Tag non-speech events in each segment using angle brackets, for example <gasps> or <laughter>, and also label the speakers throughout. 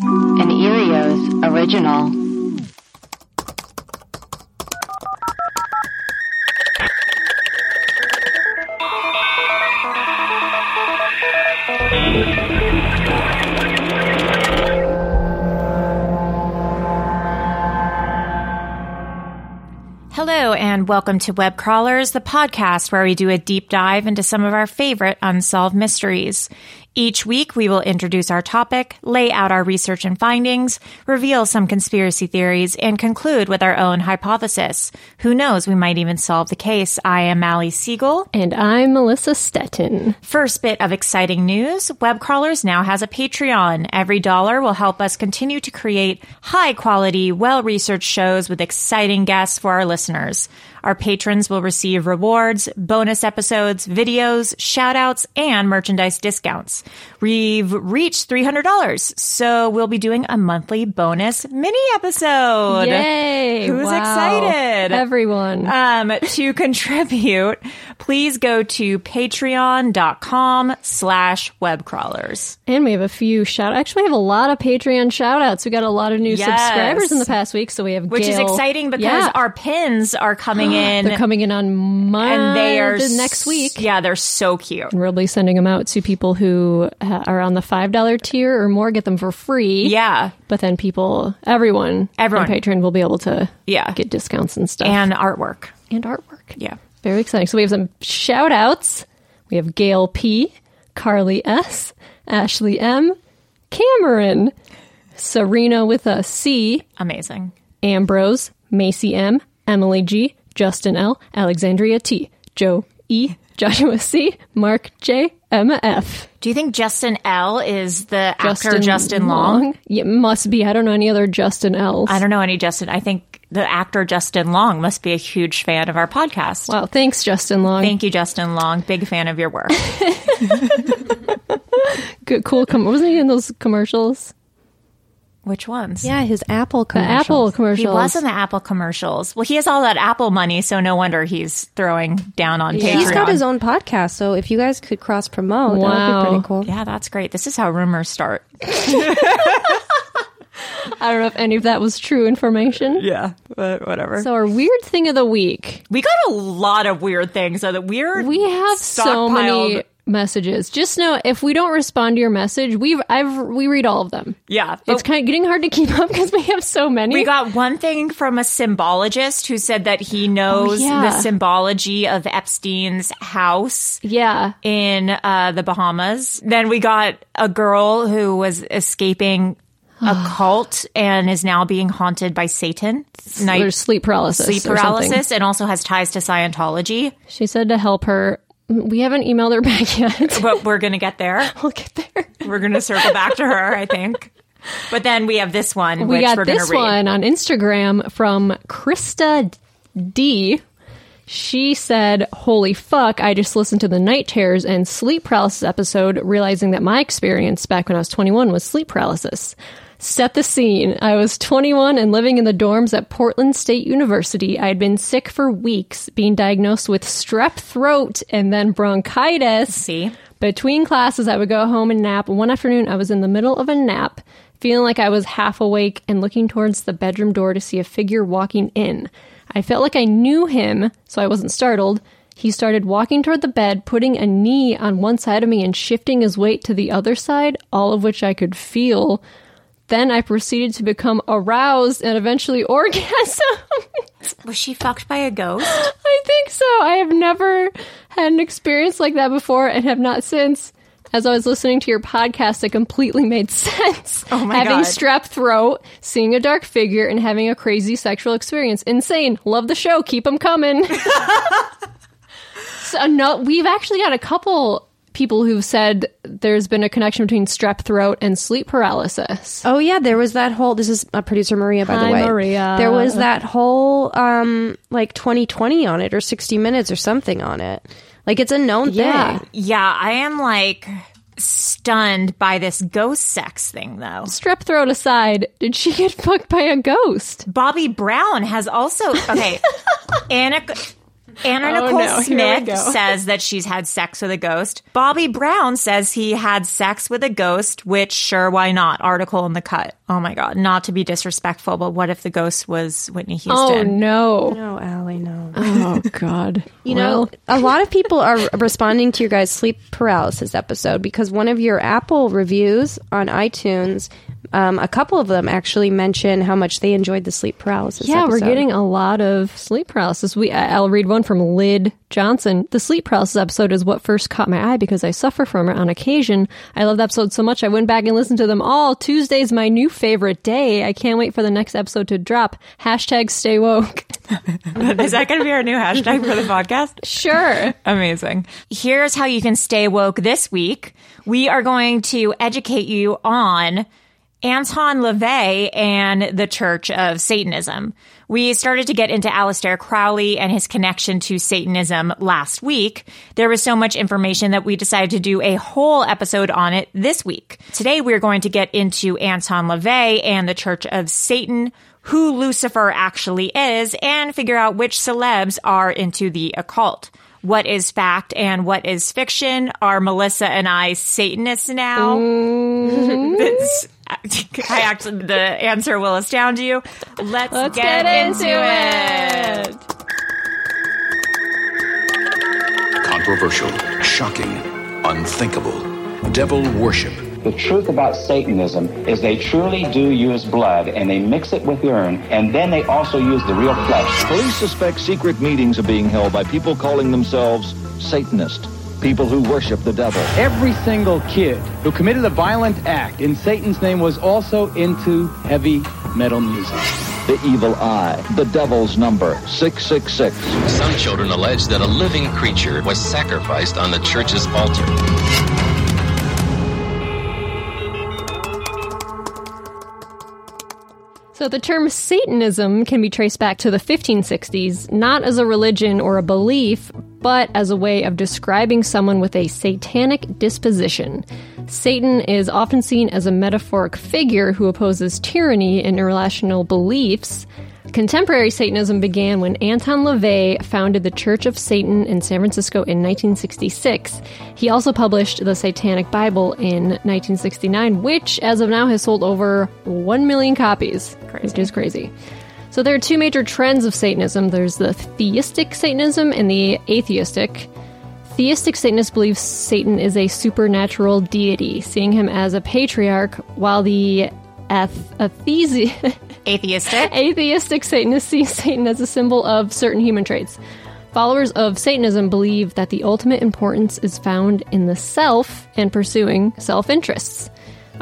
Speaker 1: An Erios original.
Speaker 2: Hello, and welcome to Web Crawlers, the podcast where we do a deep dive into some of our favorite unsolved mysteries. Each week, we will introduce our topic, lay out our research and findings, reveal some conspiracy theories, and conclude with our own hypothesis. Who knows, we might even solve the case. I am Allie Siegel.
Speaker 3: And I'm Melissa Stetton.
Speaker 2: First bit of exciting news Web Crawlers now has a Patreon. Every dollar will help us continue to create high quality, well researched shows with exciting guests for our listeners. Our patrons will receive rewards, bonus episodes, videos, shout outs, and merchandise discounts. We've reached $300, so we'll be doing a monthly bonus mini episode.
Speaker 3: Yay!
Speaker 2: Who's
Speaker 3: Wow.
Speaker 2: excited?
Speaker 3: Everyone.
Speaker 2: um, to <laughs> contribute, please go to patreon.com slash webcrawlers.
Speaker 3: and we have a few shout actually we have a lot of Patreon shout outs. We got a lot of new
Speaker 2: Yes.
Speaker 3: subscribers in the past week, so we have
Speaker 2: Which is
Speaker 3: Gail-
Speaker 2: exciting because
Speaker 3: Yeah.
Speaker 2: our pins are coming
Speaker 3: <gasps>
Speaker 2: in
Speaker 3: they're coming in on my
Speaker 2: and they are
Speaker 3: the next
Speaker 2: s-
Speaker 3: week.
Speaker 2: Yeah, they're so cute.
Speaker 3: We'll be sending them out to people who uh, are on the five dollar tier or more, get them for free.
Speaker 2: Yeah.
Speaker 3: But then people, everyone,
Speaker 2: Everyone.
Speaker 3: on Patreon will be able to
Speaker 2: Yeah.
Speaker 3: get discounts and stuff
Speaker 2: and artwork.
Speaker 3: and artwork.
Speaker 2: Yeah.
Speaker 3: Very exciting. So we have some shout outs. We have Gail P, Carly S, Ashley M, Cameron, Serena with a C,
Speaker 2: Amazing.
Speaker 3: Ambrose, Macy M, Emily G, Justin L, Alexandria T, Joe E, Joshua C, Mark J, Emma F.
Speaker 2: Do you think Justin L is the
Speaker 3: Justin
Speaker 2: actor Justin Long?
Speaker 3: Yeah, must be. I don't know any other Justin L's.
Speaker 2: I don't know any Justin. I think the actor Justin Long must be a huge fan of our podcast.
Speaker 3: Wow, thanks, Justin Long.
Speaker 2: Thank you, Justin Long. Big fan of
Speaker 3: <laughs>
Speaker 2: your work.
Speaker 3: Good, cool. Com- wasn't he in those commercials?
Speaker 2: Which ones?
Speaker 4: Yeah, his Apple
Speaker 3: The
Speaker 4: commercials.
Speaker 3: Apple commercials.
Speaker 2: He was in the Apple commercials. Well, he has all that Apple money, so no wonder he's throwing down on Patreon.
Speaker 4: He's got his own podcast, so if you guys could cross promote, that
Speaker 3: Wow.
Speaker 4: would be pretty cool.
Speaker 2: Yeah, that's great. This is how rumors start.
Speaker 3: I don't know if any of that was true information.
Speaker 2: Yeah, but whatever.
Speaker 3: So our weird thing of the week.
Speaker 2: we got a lot of weird things. So that weird.
Speaker 3: We have so many
Speaker 2: stockpiled-
Speaker 3: messages. Just know if we don't respond to your message, we've I've we read all of them.
Speaker 2: Yeah, but
Speaker 3: It's kind of getting hard to keep up <laughs> because we have so many.
Speaker 2: Oh. We got one thing from a symbologist who said that he knows
Speaker 3: Oh, yeah.
Speaker 2: the symbology of Epstein's house
Speaker 3: yeah.
Speaker 2: in uh, the Bahamas. Then we got a girl who was escaping
Speaker 3: <sighs>
Speaker 2: a cult and is now being haunted by Satan. Night-
Speaker 3: There's sleep paralysis.
Speaker 2: sleep
Speaker 3: or something.
Speaker 2: paralysis and also has ties to Scientology,
Speaker 3: She said to help her. We haven't emailed her <laughs> back
Speaker 2: <laughs>
Speaker 3: yet.
Speaker 2: but we're going to
Speaker 3: <laughs>
Speaker 2: get there.
Speaker 3: we'll get there.
Speaker 2: We're going to circle back to her, I think. But then we have this one,
Speaker 3: we
Speaker 2: which
Speaker 3: got
Speaker 2: we're going to
Speaker 3: this
Speaker 2: read.
Speaker 3: one on Instagram from Krista D. She said, Holy fuck, I just listened to the night terrors and sleep paralysis episode, realizing that my experience back when I was 21 was sleep paralysis. Set the scene. I was 21 and living in the dorms at Portland State University. I had been sick for weeks, being diagnosed with strep throat and then bronchitis.
Speaker 2: See?
Speaker 3: Between classes, I would go home and nap. One afternoon, I was in the middle of a nap, feeling like I was half awake and looking towards the bedroom door to see a figure walking in. I felt like I knew him, so I wasn't startled. He started walking toward the bed, putting a knee on one side of me and shifting his weight to the other side, all of which I could feel. Then I proceeded to become aroused and eventually <laughs> orgasm.
Speaker 2: Was she fucked by a ghost?
Speaker 3: I think so. I have never had an experience like that before and have not since. As I was listening to your podcast, it completely made <laughs> sense.
Speaker 2: Oh my
Speaker 3: having
Speaker 2: God.
Speaker 3: strep throat, seeing a dark figure, and having a crazy sexual experience. Insane. Love the show. Keep them coming. <laughs> so, no, we've actually got a couple people who've said there's been a connection between strep throat and sleep paralysis.
Speaker 4: Oh yeah, there was that whole. This is uh, producer Maria, by
Speaker 3: Hi,
Speaker 4: the way.
Speaker 3: Maria.
Speaker 4: There was that whole um like 2020 on it, or 60 Minutes, or something on it. Like it's a known
Speaker 3: Yeah.
Speaker 4: thing.
Speaker 2: yeah, I am like stunned by this ghost sex thing, though.
Speaker 3: Strep throat aside, did she get <laughs> fucked by a ghost?
Speaker 2: Bobby Brown has also
Speaker 3: <laughs>
Speaker 2: okay. Anna Anna
Speaker 3: Oh,
Speaker 2: Nicole
Speaker 3: no. Here we go. <laughs>
Speaker 2: Smith says that she's had sex with a ghost. Bobby Brown says he had sex with a ghost, which sure why not? Article in the cut. Oh my god, not to be disrespectful, but what if the ghost was Whitney
Speaker 3: Oh,
Speaker 2: Houston?
Speaker 3: no.
Speaker 4: No, Allie, no.
Speaker 3: Oh <laughs> God!
Speaker 4: You know, a lot of people are <laughs> responding to your guys' sleep paralysis episode because one of your Apple reviews on iTunes, um, a couple of them actually mention how much they enjoyed the sleep paralysis.
Speaker 3: yeah, we're
Speaker 4: episode.
Speaker 3: getting a lot of sleep paralysis. We I- I'll read one from Lyd Johnson. The sleep paralysis episode is what first caught my eye because I suffer from it on occasion. I love the episode so much I went back and listened to them all. Tuesday's my new favorite day. I can't wait for the next episode to drop. Hashtag stay woke.
Speaker 2: <laughs> Is that going to be our new
Speaker 3: <laughs>
Speaker 2: hashtag for the podcast?
Speaker 3: Sure.
Speaker 2: Amazing. Here's how you can stay woke this week. We are going to educate you on Anton LaVey and the Church of Satanism. We started to get into Aleister Crowley and his connection to Satanism last week. There was so much information that we decided to do a whole episode on it this week. Today we're going to get into Anton LaVey and the Church of Satan, who Lucifer actually is, and figure out which celebs are into the occult. What is fact and what is fiction? Are Melissa and I Satanists now? Mm-hmm. This- <laughs> I actually, the answer will astound you. Let's, get, into it.
Speaker 5: Controversial, shocking, unthinkable. Devil worship.
Speaker 6: The truth about Satanism is they truly do use blood and they mix it with urine and then they also use the real flesh.
Speaker 7: Police suspect secret meetings are being held by people calling themselves Satanist, people who worship the devil.
Speaker 8: Every single kid who committed a violent act in Satan's name was also into heavy metal music.
Speaker 7: The evil eye, the devil's number, 666.
Speaker 9: Some children allege that a living creature was sacrificed on the church's altar.
Speaker 3: So the term Satanism can be traced back to the 1560s, not as a religion or a belief, but as a way of describing someone with a satanic disposition. Satan is often seen as a metaphoric figure who opposes tyranny and irrational beliefs. Contemporary Satanism began when Anton LaVey founded the Church of Satan in San Francisco in 1966. He also published the Satanic Bible in 1969, which, as of now, has sold over 1 million copies, which is crazy. So there are two major trends of Satanism there's the theistic Satanism and the atheistic. Theistic Satanists believe Satan is a supernatural deity, seeing him as a patriarch, while the ath- athesi- <laughs>
Speaker 2: Atheistic.
Speaker 3: atheistic Satanists see <laughs> Satan as a symbol of certain human traits. Followers of Satanism believe that the ultimate importance is found in the self and pursuing self interests.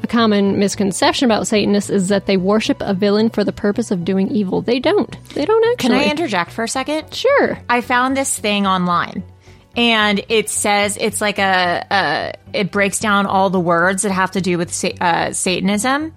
Speaker 3: A common misconception about Satanists is that they worship a villain for the purpose of doing evil. They don't. They don't actually.
Speaker 2: Can I interject for a second?
Speaker 3: Sure.
Speaker 2: I found this thing online. And it says it's like a, a it breaks down all the words that have to do with sa- uh, Satanism,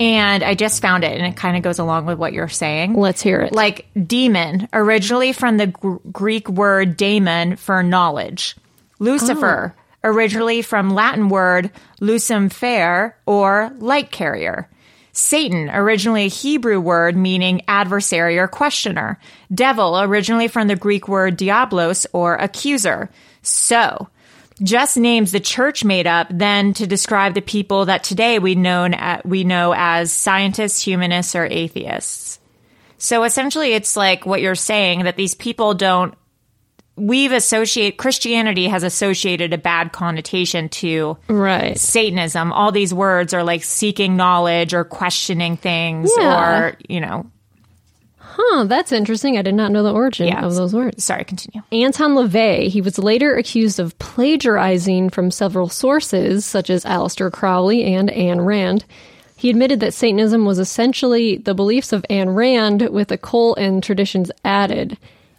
Speaker 2: and I just found it, and it kind of goes along with what you're saying.
Speaker 3: Let's hear it.
Speaker 2: Like demon, originally from the gr- Greek word daemon for knowledge. Lucifer,
Speaker 3: Oh.
Speaker 2: originally from Latin word lucem fair or light carrier. Satan, originally a Hebrew word meaning adversary or questioner. Devil, originally from the Greek word diablos or accuser. So, just names the church made up then to describe the people that today we known a- we know as scientists, humanists, or atheists. So essentially, it's like what you're saying that these people don't. We've associate Christianity has associated a bad connotation to
Speaker 3: right
Speaker 2: Satanism. All these words are like seeking knowledge or questioning things
Speaker 3: Yeah.
Speaker 2: or you know
Speaker 3: Huh, that's interesting. I did not know the origin
Speaker 2: Yeah.
Speaker 3: of those words.
Speaker 2: Sorry, continue.
Speaker 3: Anton LaVey, he was later accused of plagiarizing from several sources, such as Aleister Crowley and Ayn Rand. He admitted that Satanism was essentially the beliefs of Ayn Rand with a cult and traditions added.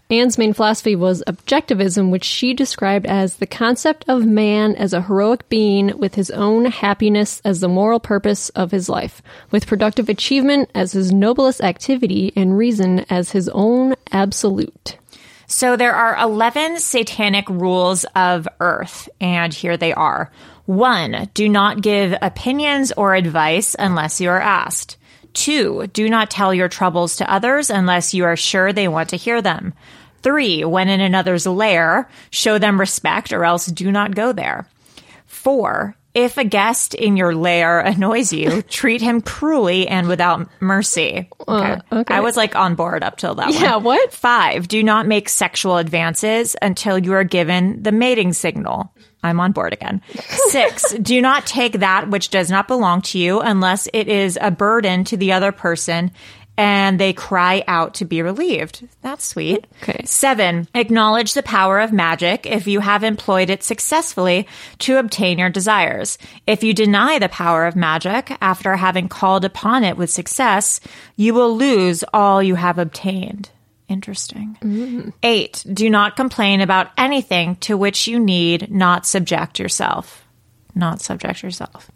Speaker 3: Anne's main philosophy was objectivism, which she described as the concept of man as a heroic being with his own happiness as the moral purpose of his life, with productive achievement as his noblest activity and reason as his own absolute.
Speaker 2: So there are 11 satanic rules of earth, and here they are. One, do not give opinions or advice unless you are asked. Two, do not tell your troubles to others unless you are sure they want to hear them. Three, when in another's lair, show them respect or else do not go there. Four, if a guest in your lair
Speaker 3: <laughs>
Speaker 2: annoys you, treat him cruelly and without mercy.
Speaker 3: Uh, okay.
Speaker 2: I was like on board up till that one.
Speaker 3: Yeah, what?
Speaker 2: Five, do not make sexual advances until you are given the mating signal. I'm on board again. Six, do not take that which does not belong to you unless it is a burden to the other person and they cry out to be relieved. That's sweet.
Speaker 3: Okay.
Speaker 2: Seven, acknowledge the power of magic if you have employed it successfully to obtain your desires. If you deny the power of magic after having called upon it with success, you will lose all you have obtained. Interesting. Eight, do not complain about anything to which you need not subject yourself. Not subject yourself.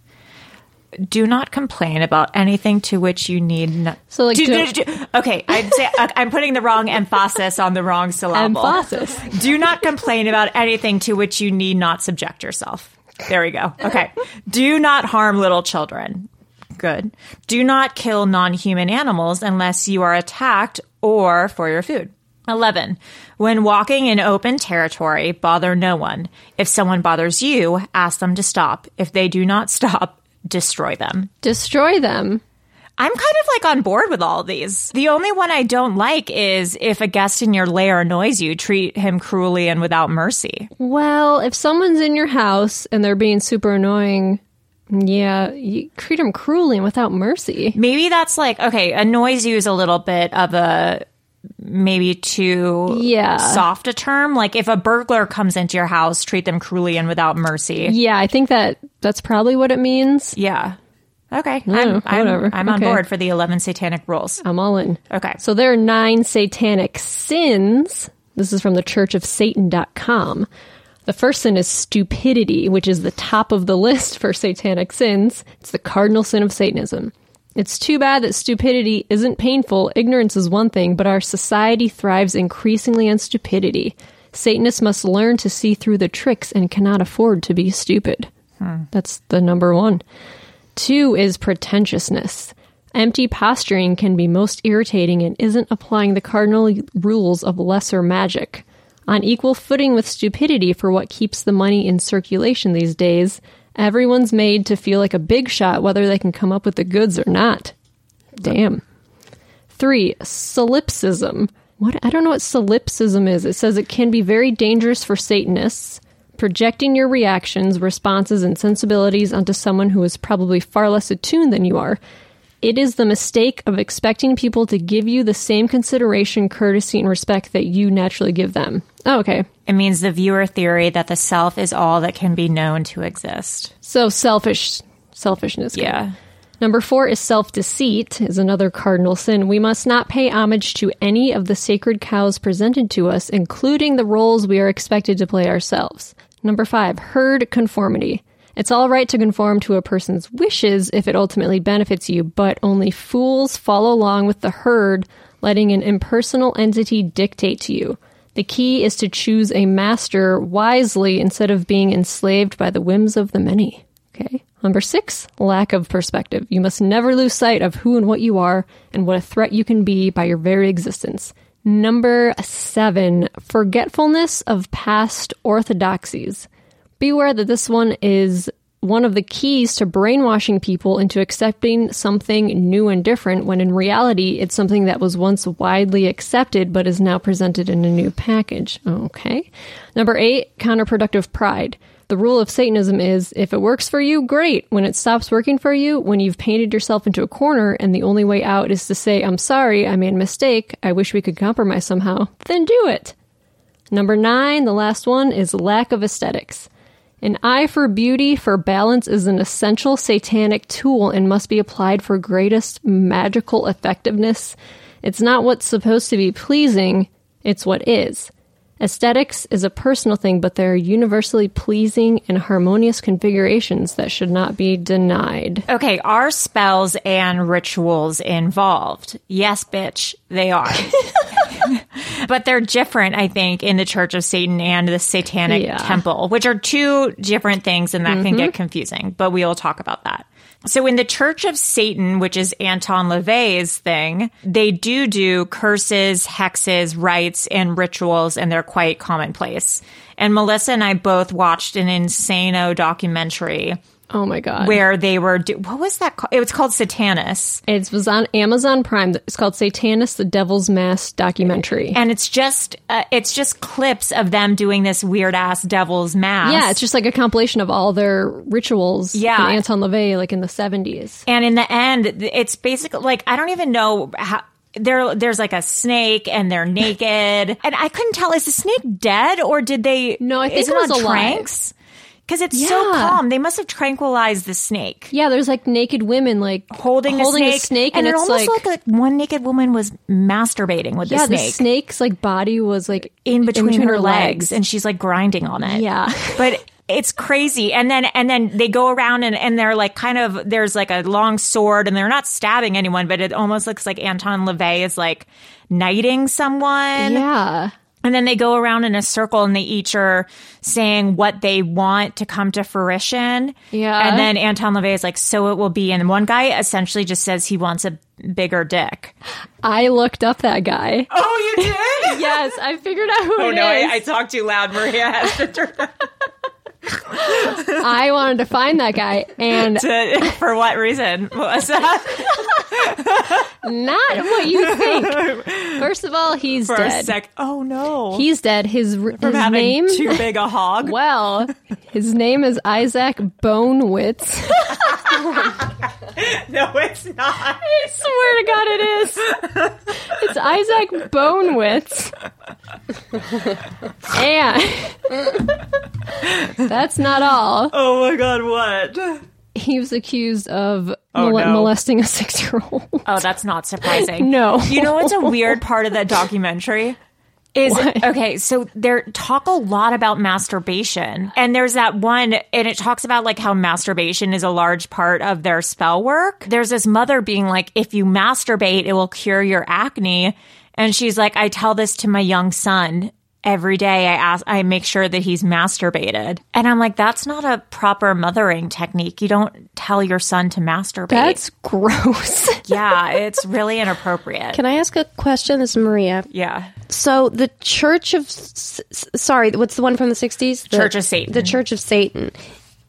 Speaker 2: Do not complain about anything to which you need not.
Speaker 3: So, like,
Speaker 2: do,
Speaker 3: don't-
Speaker 2: do- do- okay, I'd
Speaker 3: <laughs>
Speaker 2: say, I'm putting the wrong emphasis on the wrong syllable.
Speaker 3: Emphasis.
Speaker 2: <laughs> Do not complain about anything to which you need not subject yourself. There we go. Okay. Do not harm little children. Good. Do not kill non human animals unless you are attacked or for your food. 11. When walking in open territory, bother no one. If someone bothers you, ask them to stop. If they do not <laughs> stop, destroy them.
Speaker 3: Destroy them.
Speaker 2: I'm kind of like on board with all these. The only one I don't like is if a guest in your lair annoys you, treat him cruelly and without mercy.
Speaker 3: Well, if someone's in your house and they're being super annoying, yeah, you treat them cruelly and without mercy.
Speaker 2: Maybe that's like, okay, annoys you is a little bit of a maybe too
Speaker 3: Yeah.
Speaker 2: soft a term. Like if a burglar comes into your house, treat them cruelly and without mercy.
Speaker 3: Yeah, I think that that's probably what it means.
Speaker 2: Yeah. Okay.
Speaker 3: Yeah,
Speaker 2: I'm, I'm,
Speaker 3: whatever.
Speaker 2: I'm on
Speaker 3: Okay.
Speaker 2: board for the 11 satanic rules.
Speaker 3: I'm all in.
Speaker 2: Okay.
Speaker 3: So there are nine satanic sins. This is from the churchofsatan.com. The first sin is stupidity, which is the top of the <laughs> list for satanic sins. It's the cardinal sin of Satanism. It's too bad that stupidity isn't painful. Ignorance is one thing, but our society thrives increasingly on stupidity. Satanists must learn to see through the tricks and cannot afford to be stupid. That's the number one. Two is pretentiousness. Empty posturing can be most irritating and isn't applying the cardinal rules of lesser magic. On equal footing with stupidity for what keeps the money in circulation these days, everyone's made to feel like a big shot whether they can come up with the goods or not. Damn. Three, solipsism. What I don't know what solipsism is. It says it can be very dangerous for Satanists, projecting your reactions, responses, and sensibilities onto someone who is probably far less attuned than you are. It is the mistake of expecting people to give you the same consideration, courtesy, and respect that you naturally give them. Oh, okay.
Speaker 2: It means the viewer theory that the self is all that can be known to exist.
Speaker 3: So selfish Selfishness. Good. Yeah. Number four is self deceit, is another cardinal sin. We must not pay homage to any of the sacred cows presented to us, including the roles we are expected to play ourselves. Number five, herd conformity. It's all right to conform to a person's wishes if it ultimately benefits you, but only fools follow along with the herd, letting an impersonal entity dictate to you. The key is to choose a master wisely instead of being enslaved by the whims of the many. Okay. Number six, lack of perspective. You must never lose sight of who and what you are and what a threat you can be by your very existence. Number seven, forgetfulness of past orthodoxies. Beware that this one is one of the keys to brainwashing people into accepting something new and different when in reality it's something that was once widely accepted but is now presented in a new package. Okay. Number eight, counterproductive pride. The rule of Satanism is if it works for you, great. When it stops working for you, when you've painted yourself into a corner and the only way out is to say, I'm sorry, I made a mistake, I wish we could compromise somehow, then do it. Number nine, the last one, is lack of aesthetics. An eye for beauty for balance is an essential satanic tool and must be applied for greatest magical effectiveness. It's not what's supposed to be pleasing, it's what is. Aesthetics is a personal thing, but there are universally pleasing and harmonious configurations that should not be denied.
Speaker 2: Okay, are spells and rituals involved? Yes, bitch, they are. <laughs> but they're different, I think, in the Church of Satan and the Satanic yeah. Temple, which are two different things, and that mm-hmm. can get confusing, but we will talk about that. So in the Church of Satan, which is Anton LaVey's thing, they do do curses, hexes, rites, and rituals, and they're quite commonplace. And Melissa and I both watched an insano documentary.
Speaker 3: Oh my god!
Speaker 2: Where they were? Do- what was that? Called? It was called Satanus.
Speaker 3: It was on Amazon Prime. It's called Satanus: The Devil's Mass documentary,
Speaker 2: and it's just uh, it's just clips of them doing this weird ass Devil's Mass.
Speaker 3: Yeah, it's just like a compilation of all their rituals.
Speaker 2: Yeah,
Speaker 3: Anton LaVey, like in the seventies.
Speaker 2: And in the end, it's basically like I don't even know how there there's like a snake and they're naked
Speaker 3: <laughs>
Speaker 2: and I couldn't tell is the snake dead or did they
Speaker 3: no I think is it, was on alive.
Speaker 2: tranks because it's yeah. so calm they must have tranquilized the snake
Speaker 3: yeah there's like naked women like
Speaker 2: holding,
Speaker 3: holding
Speaker 2: a, snake, a
Speaker 3: snake
Speaker 2: and,
Speaker 3: and
Speaker 2: it almost
Speaker 3: like,
Speaker 2: looked like one naked woman was masturbating with
Speaker 3: yeah,
Speaker 2: the snake
Speaker 3: the snake's like body was like
Speaker 2: in between, in between her, her legs, legs and she's like grinding on it
Speaker 3: yeah
Speaker 2: <laughs> but it's crazy and then and then they go around and, and they're like kind of there's like a long sword and they're not stabbing anyone but it almost looks like anton levey is like knighting someone
Speaker 3: yeah
Speaker 2: and then they go around in a circle and they each are saying what they want to come to fruition.
Speaker 3: Yeah.
Speaker 2: And then Anton LaVey is like, so it will be. And one guy essentially just says he wants a bigger dick.
Speaker 3: I looked up that guy.
Speaker 2: <laughs> Oh, you did?
Speaker 3: <laughs> yes. I figured out who
Speaker 2: oh,
Speaker 3: it
Speaker 2: no,
Speaker 3: is.
Speaker 2: I, I talked too loud. Maria has to turn
Speaker 3: I wanted to find that guy,
Speaker 2: <laughs>
Speaker 3: and
Speaker 2: to, for what reason? <laughs> What was
Speaker 3: that? Not what you think. First of all, he's
Speaker 2: for
Speaker 3: dead.
Speaker 2: Sec- oh no,
Speaker 3: he's dead. His From his
Speaker 2: having
Speaker 3: name
Speaker 2: too big a
Speaker 3: <laughs>
Speaker 2: hog.
Speaker 3: Well, his name is Isaac Bonewitz.
Speaker 2: <laughs> no, it's not.
Speaker 3: <laughs> I swear to God, it is. It's Isaac Bonewitz. and <laughs> that's not all.
Speaker 2: Oh my God, what?
Speaker 3: He was accused of oh, mol- no. molesting a six year old.
Speaker 2: Oh, that's not surprising.
Speaker 3: <laughs> no.
Speaker 2: You know what's a weird part of that documentary? is what? okay so they talk a lot about masturbation and there's that one and it talks about like how masturbation is a large part of their spell work there's this mother being like if you masturbate it will cure your acne and she's like i tell this to my young son every day i ask i make sure that he's masturbated and i'm like that's not a proper mothering technique you don't tell your son to masturbate
Speaker 3: that's gross
Speaker 2: yeah it's really inappropriate
Speaker 4: can i ask a question this is maria
Speaker 2: yeah
Speaker 4: so the church of S- sorry what's the one from the 60s the,
Speaker 2: church of satan
Speaker 4: the church of satan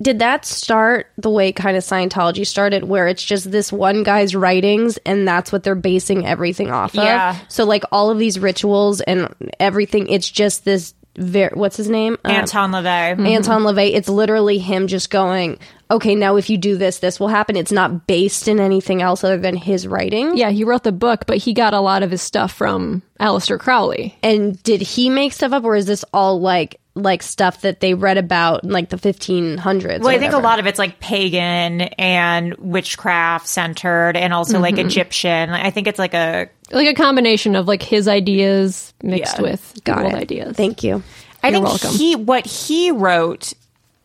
Speaker 4: did that start the way kind of Scientology started, where it's just this one guy's writings and that's what they're basing everything off
Speaker 2: yeah.
Speaker 4: of? So, like, all of these rituals and everything, it's just this. Ver- what's his name?
Speaker 2: Anton um, LaVey.
Speaker 4: Mm-hmm. Anton LaVey. It's literally him just going, okay, now if you do this, this will happen. It's not based in anything else other than his writing.
Speaker 3: Yeah, he wrote the book, but he got a lot of his stuff from Aleister Crowley.
Speaker 4: And did he make stuff up, or is this all like like stuff that they read about in like the 1500s.
Speaker 2: Well, I think a lot of it's like pagan and witchcraft centered and also like
Speaker 3: Mhm.
Speaker 2: Egyptian. I think it's like a
Speaker 3: like a combination of like his ideas mixed with
Speaker 2: Got
Speaker 3: world
Speaker 2: it.
Speaker 3: ideas.
Speaker 4: Thank you.
Speaker 2: I
Speaker 3: You're
Speaker 2: think
Speaker 3: welcome.
Speaker 2: he what he wrote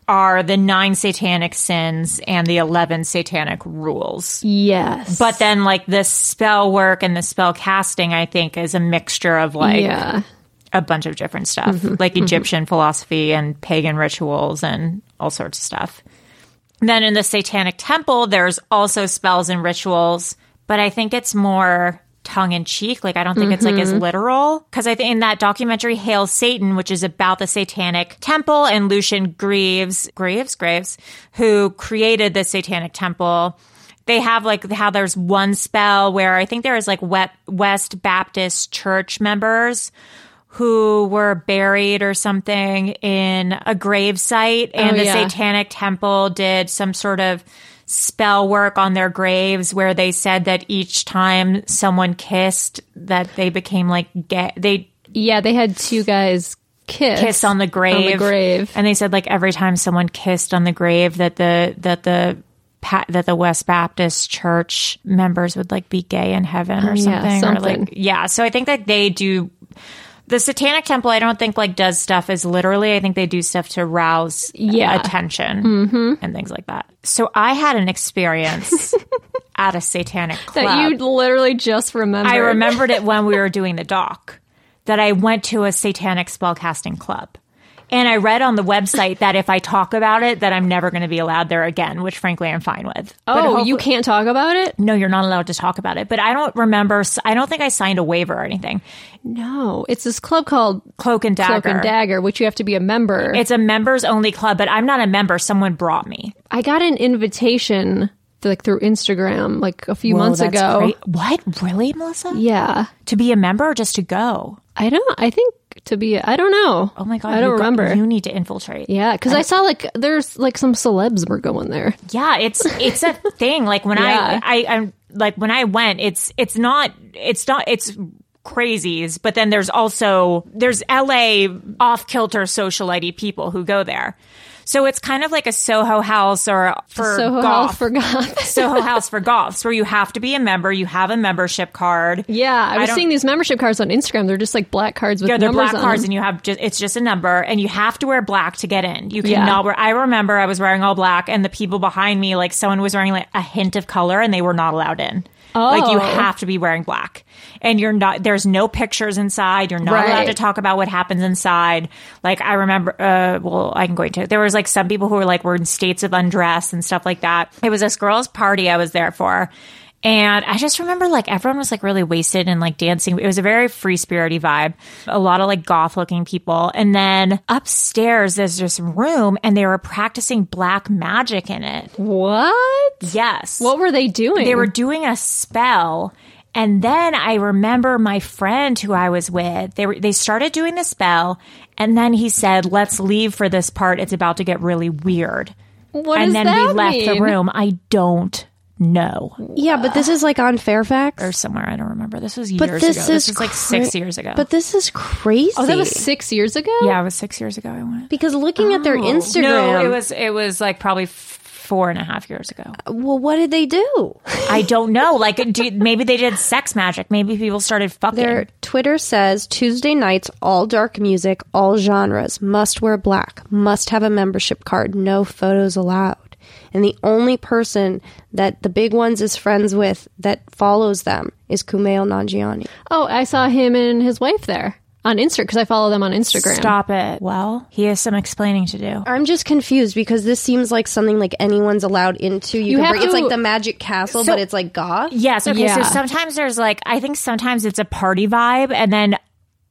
Speaker 2: are the nine satanic sins and the eleven satanic rules.
Speaker 3: Yes.
Speaker 2: But then like the spell work and the spell casting I think is a mixture of like
Speaker 3: Yeah.
Speaker 2: a bunch of different stuff.
Speaker 3: Mhm,
Speaker 2: Like
Speaker 3: mhm.
Speaker 2: Egyptian philosophy and pagan rituals and all sorts of stuff. Then in the Satanic Temple, there's also spells and rituals, but I think it's more tongue in cheek. Like, I don't think it's like as
Speaker 3: Mhm.
Speaker 2: literal. Cause I think in that documentary, Hail Satan, which is about the Satanic Temple and Lucian Greaves, Graves, Graves, who created the Satanic Temple. They have like how there's one spell where I think there is like wet- West Baptist church members who were buried or something in a grave site and
Speaker 3: Oh,
Speaker 2: the
Speaker 3: yeah.
Speaker 2: satanic temple did some sort of spell work on their graves where they said that each time someone kissed that they became like gay they
Speaker 3: yeah they had two guys kiss
Speaker 2: kiss on the grave
Speaker 3: on the grave.
Speaker 2: and they said like every time someone kissed on the grave that the that the pa- that the West Baptist Church members would like be gay in heaven
Speaker 3: Oh,
Speaker 2: or
Speaker 3: yeah,
Speaker 2: something, or
Speaker 3: something.
Speaker 2: like yeah. So I think that they do the Satanic Temple. I don't think like does stuff as literally. I think they do stuff to rouse
Speaker 3: Yeah.
Speaker 2: attention
Speaker 3: Mhm.
Speaker 2: and things like that. So I had
Speaker 3: <laughs>
Speaker 2: an experience at a Satanic club
Speaker 3: that you literally just remember.
Speaker 2: I remembered it when <laughs> we were doing the doc that I went to a satanic spellcasting club. And I read on the website that if I talk about it, that I'm never going to be allowed there again, which frankly I'm fine with. But
Speaker 3: Oh,
Speaker 2: hopefully-
Speaker 3: you can't talk about it?
Speaker 2: No, you're not allowed to talk about it. But I don't remember. s- I don't think I signed a waiver or anything.
Speaker 3: No, it's this club called
Speaker 2: Cloak and Dagger.
Speaker 3: Cloak and Dagger, which you have to be a member.
Speaker 2: It's a members only club, but I'm not a member. Someone brought me.
Speaker 3: I got an invitation like through Instagram like a few
Speaker 2: Whoa,
Speaker 3: months
Speaker 2: that's
Speaker 3: ago.
Speaker 2: great. What? Really, Melissa?
Speaker 3: Yeah.
Speaker 2: To be a member or just to go?
Speaker 3: I don't I think to be I don't know.
Speaker 2: Oh my God.
Speaker 3: I don't
Speaker 2: you got-
Speaker 3: remember.
Speaker 2: you need to infiltrate.
Speaker 3: yeah, cuz I, saw like there's like some celebs were going there.
Speaker 2: Yeah, it's it's
Speaker 3: <laughs>
Speaker 2: a thing. Like when
Speaker 3: Yeah.
Speaker 2: I I I'm like when I went, it's it's not it's not it's crazies, but then there's also there's LA off kilter socialite people who go there. So it's kind of like a Soho House or for
Speaker 3: Soho
Speaker 2: goth. <laughs>
Speaker 3: House for <laughs> goth.
Speaker 2: Soho House for goths, where you have to be a member, you have a membership card.
Speaker 3: Yeah, I was
Speaker 2: don't-
Speaker 3: seeing these membership cards on Instagram. They're just like black cards with
Speaker 2: yeah, they're
Speaker 3: numbers
Speaker 2: black cards,
Speaker 3: on.
Speaker 2: and you have just it's just a number, and you have to wear black to get in. You
Speaker 3: Yeah.
Speaker 2: cannot wear. I remember I was wearing all black, and the people behind me, like someone was wearing like a hint of color, and they were not allowed in. Like you
Speaker 3: Oh.
Speaker 2: have to be wearing black, and you're not. There's no pictures inside. You're not allowed
Speaker 3: Right.
Speaker 2: to talk about what happens inside. Like I remember, uh, well, I can go into. There was like some people who were like were in states of undress and stuff like that. It was this girls' party I was there for, and I just remember like everyone was like really wasted and like dancing. It was a very free spirity vibe. A lot of like goth looking people. And then upstairs there's this room and they were practicing black magic in it.
Speaker 3: What?
Speaker 2: Yes.
Speaker 3: What were they doing?
Speaker 2: They were doing a spell. And then I remember my friend who I was with, they were, they started doing the spell and then he said, "Let's leave for this part. It's about to get really weird."
Speaker 3: What
Speaker 2: and
Speaker 3: does
Speaker 2: then we
Speaker 3: that
Speaker 2: left the
Speaker 3: mean?
Speaker 2: room. I don't know.
Speaker 4: Yeah, but this is like on Fairfax or
Speaker 2: somewhere. I don't remember. This was
Speaker 4: but
Speaker 2: years
Speaker 4: this
Speaker 2: ago.
Speaker 4: Is
Speaker 2: This was, like,
Speaker 4: cra-
Speaker 2: six years ago.
Speaker 4: But this is crazy.
Speaker 3: Oh, that was 6 years ago?
Speaker 2: Yeah, it was six years ago. I went.
Speaker 4: Because looking at
Speaker 2: Oh.
Speaker 4: their Instagram,
Speaker 2: No, it was it was like probably f- four and a half years ago.
Speaker 4: Well, what did they do?
Speaker 2: I don't know. Like, do, maybe they did sex magic. Maybe people started fucking.
Speaker 4: Their Twitter says Tuesday nights, all dark music, all genres, must wear black, must have a membership card, no photos allowed. And the only person that the big ones is friends with that follows them is Kumail Nanjiani.
Speaker 3: Oh, I saw him and his wife there on Instagram cuz I follow them on Instagram.
Speaker 2: Stop it. Well, Uh, he has some explaining to do.
Speaker 4: I'm just confused because this seems like something like anyone's allowed into. You,
Speaker 3: You
Speaker 4: can
Speaker 3: have
Speaker 4: bring, it's
Speaker 3: to-
Speaker 4: like the Magic Castle,
Speaker 2: So-
Speaker 4: but it's like goth.
Speaker 2: Yes. Okay.
Speaker 4: Yeah.
Speaker 2: So sometimes there's like I think sometimes it's a party vibe, and then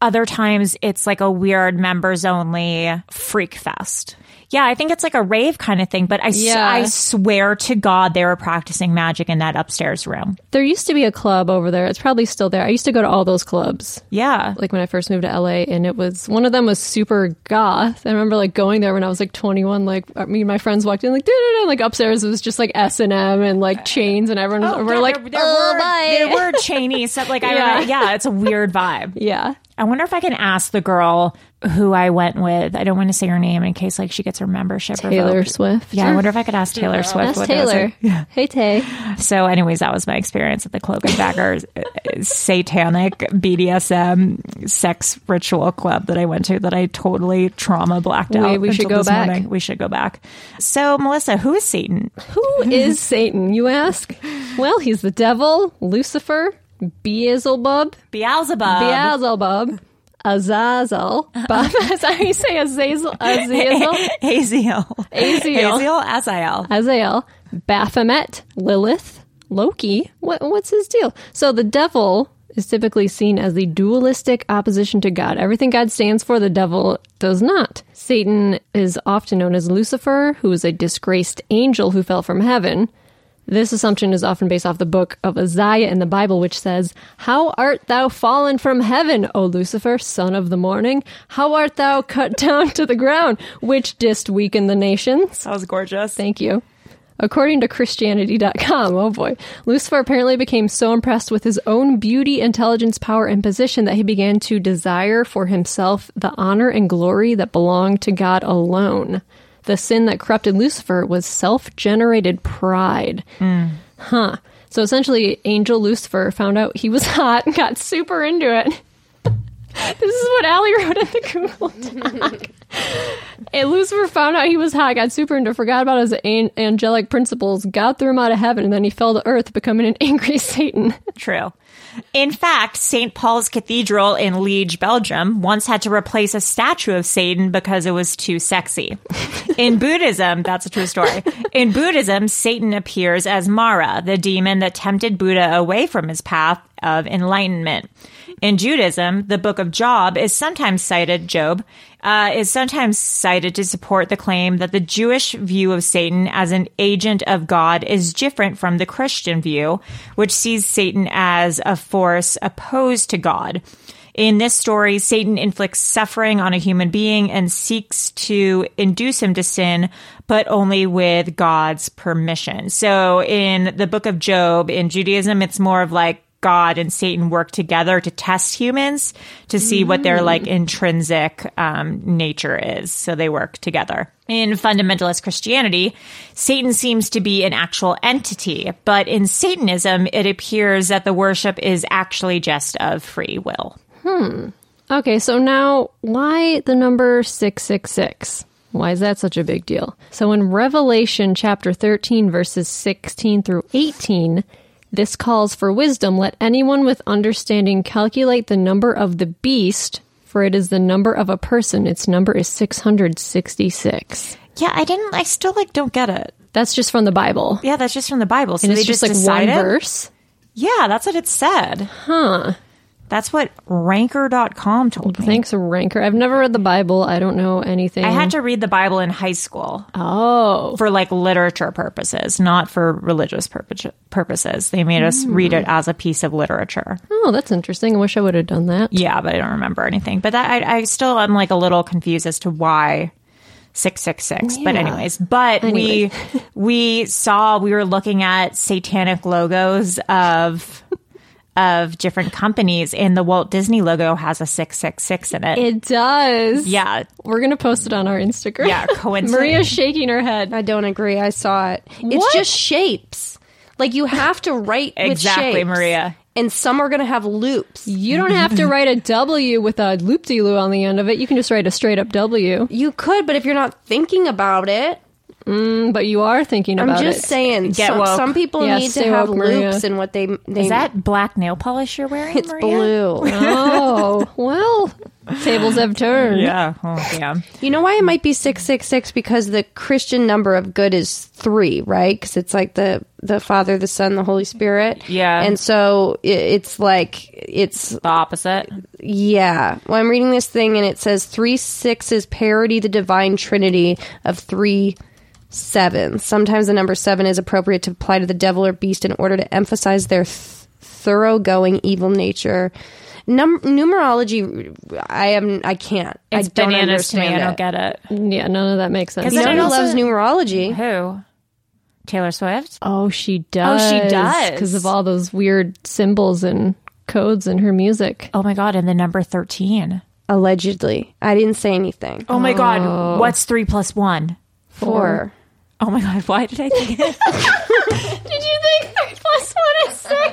Speaker 2: other times it's like a weird members only freak fest. Yeah, I think it's like a rave kind of thing. But I s-
Speaker 3: Yeah.
Speaker 2: I swear to God, they were practicing magic in that upstairs room.
Speaker 3: There used to be a club over there. It's probably still there. I used to go to all those clubs.
Speaker 2: Yeah.
Speaker 3: Like when I first moved to LA and it was one of them was super goth. I remember like going there when I was like 21 like uh, me and my friends walked in like da da like upstairs it was just like S&M and like chains and everyone was, we're
Speaker 2: Oh, Yeah,
Speaker 3: like
Speaker 2: there, there
Speaker 3: oh,
Speaker 2: were,
Speaker 3: bye.
Speaker 2: <laughs> there were Cheney stuff. Like I
Speaker 3: Yeah.
Speaker 2: remember, yeah, it's a weird vibe.
Speaker 3: Yeah.
Speaker 2: I wonder if I can ask the girl who I went with. I don't want to say her name in case like she gets her membership.
Speaker 3: Taylor
Speaker 2: revoked.
Speaker 3: Swift.
Speaker 2: Yeah, I wonder if I could ask Taylor Swift.
Speaker 3: That's
Speaker 2: what it was like.
Speaker 3: Taylor. <laughs> Hey, Tay.
Speaker 2: So, anyways, that was my experience at the Cloak
Speaker 3: <laughs>
Speaker 2: and Dagger uh, satanic BDSM sex ritual club that I went to that I totally trauma blacked
Speaker 3: We-
Speaker 2: out.
Speaker 3: we should
Speaker 2: until
Speaker 3: go
Speaker 2: this
Speaker 3: back.
Speaker 2: morning. We should go back. So, Melissa, who is Satan?
Speaker 3: Who is Satan, you ask? Well, he's the devil, Lucifer, Beelzebub,
Speaker 2: Beelzebub,
Speaker 3: Beelzebub, Azazel. Bob, <laughs> how do you say Azazel? Azazel?
Speaker 2: Aziel.
Speaker 3: Aziel.
Speaker 2: Aziel Aziel.
Speaker 3: Azael, Baphomet, Lilith, Loki. What, what's his deal? So the devil is typically seen as the dualistic opposition to God. Everything God stands for, the devil does not. Satan is often known as Lucifer, who is a disgraced angel who fell from heaven. This assumption is often based off the book of Isaiah in the Bible, which says, How art thou fallen from heaven, O Lucifer, son of the morning? How art thou cut <laughs> down to the ground, which didst weaken the nations?
Speaker 2: That was gorgeous.
Speaker 3: Thank you. According to Christianity.com, oh boy, Lucifer apparently became so impressed with his own beauty, intelligence, power, and position that he began to desire for himself the honor and glory that belonged to God alone. The sin that corrupted Lucifer was self generated pride. Huh. So essentially, Angel Lucifer found out he was <laughs> hot and got super into it. <laughs> this is what Allie wrote in the Google Doc. and Lucifer found out he was hot, got super into it, forgot about his an- angelic principles, God threw him out of heaven, and then he fell to earth, becoming an <laughs> angry Satan.
Speaker 2: True. In fact, St. Paul's Cathedral in Liege, Belgium, once had to replace a statue of Satan because it was too sexy. In Buddhism, that's a true story. In Buddhism, Satan appears as Mara, the demon that tempted Buddha away from his path of enlightenment. In Judaism, the book of Job is sometimes cited, Job, uh, is sometimes cited to support the claim that the Jewish view of Satan as an agent of God is different from the Christian view, which sees Satan as a force opposed to God. In this story, Satan inflicts suffering on a human being and seeks to induce him to sin, but only with God's permission. So in the book of Job, in Judaism, it's more of like God and Satan work together to test humans to see what their like intrinsic um, nature is. So they work together. In fundamentalist Christianity, Satan seems to be an actual entity, but in Satanism, it appears that the worship is actually just of free will.
Speaker 3: Hmm. Okay, so now why the number 666? Why is that such a big deal? So in Revelation chapter 13, verses 16 through 18, this calls for wisdom. Let anyone with understanding calculate the number of the beast, for it is the number of a person. Its number is 666.
Speaker 2: Yeah, I didn't, I still like don't get it.
Speaker 3: That's just from the Bible.
Speaker 2: Yeah, that's just from the Bible. So
Speaker 3: and
Speaker 2: they
Speaker 3: it's just,
Speaker 2: just
Speaker 3: like
Speaker 2: decided?
Speaker 3: one verse.
Speaker 2: Yeah, that's what it said.
Speaker 3: Huh.
Speaker 2: That's what ranker.com told me.
Speaker 3: Thanks, Ranker. I've never read the Bible. I don't know anything.
Speaker 2: I had to read the Bible in high school.
Speaker 3: Oh.
Speaker 2: For like literature purposes, not for religious purpo- purposes. They made us read
Speaker 3: Hmm.
Speaker 2: it as a piece of literature.
Speaker 3: Oh, that's interesting. I wish I would have done that.
Speaker 2: Yeah, but I don't remember anything. But that I, I still am like a little confused as to why six six six. But
Speaker 3: Yeah.
Speaker 2: anyways, but we <laughs> we saw we were looking at satanic logos of of different companies, and the Walt Disney logo has a six six six in it.
Speaker 3: It does.
Speaker 2: yeah,
Speaker 3: We're going to post it on our Instagram.
Speaker 4: <laughs>
Speaker 2: Yeah,
Speaker 3: <laughs>
Speaker 2: coincidence.
Speaker 3: Maria's shaking her head.
Speaker 4: I don't agree. I saw it. It's
Speaker 3: What?
Speaker 4: just shapes. Like you have to write with
Speaker 2: Exactly,
Speaker 4: shapes.
Speaker 2: Maria.
Speaker 4: And some are going to have loops.
Speaker 3: You don't have to write a W with a loop de loo on the end of it. You can just write a straight up W.
Speaker 4: You could, but if you're not thinking about it,
Speaker 3: Mm, but you are thinking
Speaker 4: I'm
Speaker 3: about it.
Speaker 4: just saying.
Speaker 2: Get
Speaker 4: some,
Speaker 2: woke.
Speaker 4: some people
Speaker 3: Yeah,
Speaker 4: need to
Speaker 3: stay
Speaker 4: have
Speaker 3: woke, Maria.
Speaker 4: loops in what they they
Speaker 2: is that black nail polish you're
Speaker 4: <laughs>
Speaker 2: wearing?
Speaker 4: it's
Speaker 2: Maria?
Speaker 4: blue.
Speaker 2: <laughs>
Speaker 3: Oh, well, tables have turned.
Speaker 2: Yeah. Oh, yeah.
Speaker 4: You know why it might be 666? Because the Christian number of good is three, right? Because it's like the, the Father, the Son, the Holy Spirit.
Speaker 2: Yeah.
Speaker 4: And so it, it's like, it's,
Speaker 2: The opposite.
Speaker 4: yeah. Well, I'm reading this thing and it says three sixes parody the divine trinity of three sevens. Sometimes the number seven is appropriate to apply to the devil or beast in order to emphasize their th- thoroughgoing evil nature. Num- numerology, I am. I can't.
Speaker 2: It's
Speaker 4: I don't
Speaker 2: bananas to me.
Speaker 4: understand
Speaker 2: I
Speaker 4: it.
Speaker 2: don't get it.
Speaker 3: Yeah, none of that makes sense.
Speaker 2: Is
Speaker 4: You
Speaker 2: it
Speaker 4: know who
Speaker 2: also-
Speaker 4: loves numerology?
Speaker 2: Who? Taylor Swift?
Speaker 3: Oh, she does.
Speaker 2: does.
Speaker 3: Because of all those weird symbols and codes in her music.
Speaker 2: Oh my god, and the number 13.
Speaker 4: Allegedly. I didn't say anything.
Speaker 2: Oh my god, what's 3 plus 1?
Speaker 4: Four.
Speaker 2: Oh my god, why did I think it?
Speaker 3: Did you think three plus one is six?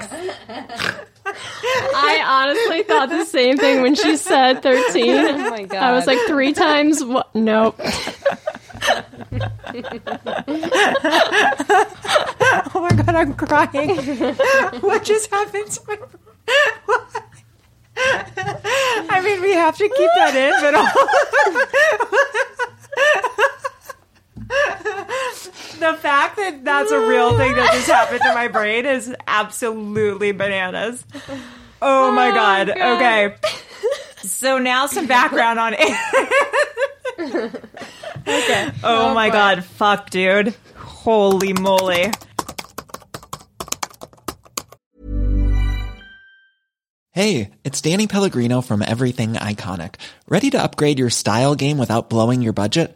Speaker 3: I honestly thought the same thing when she said thirteen.
Speaker 4: Oh my God.
Speaker 3: I was like three times. Wha- nope.
Speaker 2: oh my god, I'm crying. what just happened to my
Speaker 10: I mean, we have to keep that in, but all- the fact that that's a real thing that just happened to my brain is <laughs> absolutely bananas. <laughs> Oh my god.
Speaker 2: God.
Speaker 10: Okay. So now some background on it. <laughs> okay. Oh my god. Fuck, dude. Holy moly.
Speaker 11: Hey, it's Danny Pellegrino from Everything Iconic. Ready to upgrade your style game without blowing your budget?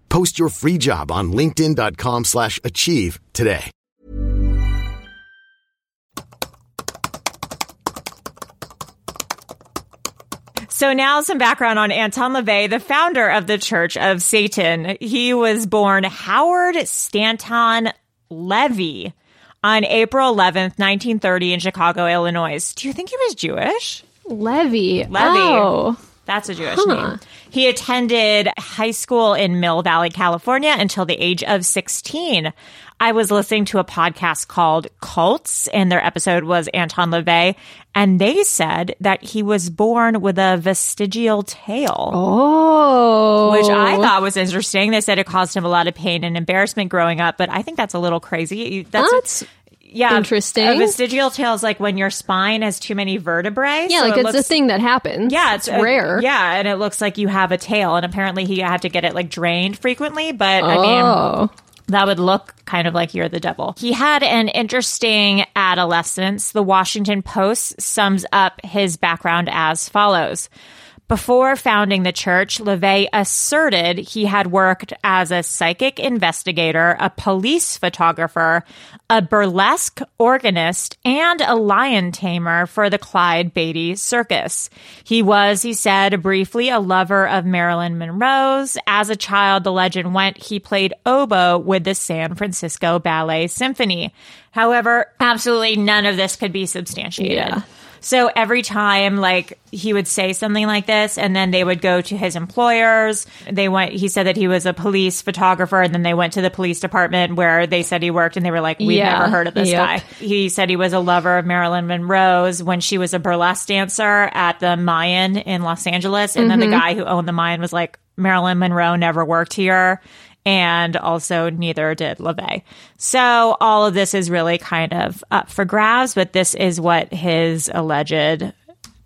Speaker 12: Post your free job on linkedin.com/achieve slash achieve today.
Speaker 2: So now some background on Anton LaVey, the founder of the Church of Satan. He was born Howard Stanton Levy on April 11th, 1930 in Chicago, Illinois. Do you think he was Jewish?
Speaker 3: Levy.
Speaker 2: Levy.
Speaker 3: Oh.
Speaker 2: That's a Jewish
Speaker 3: Huh.
Speaker 2: name. He attended high school in Mill Valley, California until the age of 16. I was listening to a podcast called Cults, and their episode was Anton LaVey, and they said that he was born with a vestigial tail.
Speaker 3: Oh.
Speaker 2: Which I thought was interesting. They said it caused him a lot of pain and embarrassment growing up, but I think that's a little crazy. That's,
Speaker 3: That's
Speaker 2: yeah,
Speaker 3: interesting.
Speaker 2: A vestigial tail is like when your spine has too many vertebrae.
Speaker 3: Yeah,
Speaker 2: so
Speaker 3: like
Speaker 2: it
Speaker 3: it's a
Speaker 2: looks-
Speaker 3: thing that happens.
Speaker 2: yeah, it's,
Speaker 3: It's
Speaker 2: uh,
Speaker 3: rare.
Speaker 2: Yeah, and it looks like you have a tail, and apparently he had to get it like drained frequently. But I mean,
Speaker 3: Oh.
Speaker 2: that would look kind of like you're the devil. He had an interesting adolescence. The Washington Post sums up his background as follows. Before founding the church, LeVay asserted he had worked as a psychic investigator, a police photographer, a burlesque organist, and a lion tamer for the Clyde Beatty Circus. He was, he said, briefly a lover of Marilyn Monroe's. As a child, the legend went, he played oboe with the San Francisco Ballet Symphony. However, absolutely none of this could be substantiated.
Speaker 3: Yeah.
Speaker 2: So every time, like he would say something like this, and then they would go to his employers. They went. He said that he was a police photographer, and then they went to the police department where they said he worked, and they were like, "We've
Speaker 3: Yeah.
Speaker 2: never heard of this
Speaker 3: Yep.
Speaker 2: guy." He said he was a lover of Marilyn Monroe's when she was a burlesque dancer at the Mayan in Los Angeles, and then
Speaker 3: Mhm.
Speaker 2: the guy who owned the Mayan was like, "Marilyn Monroe never worked here." and also neither did LeVay. So all of this is really kind of up for grabs, but this is what his alleged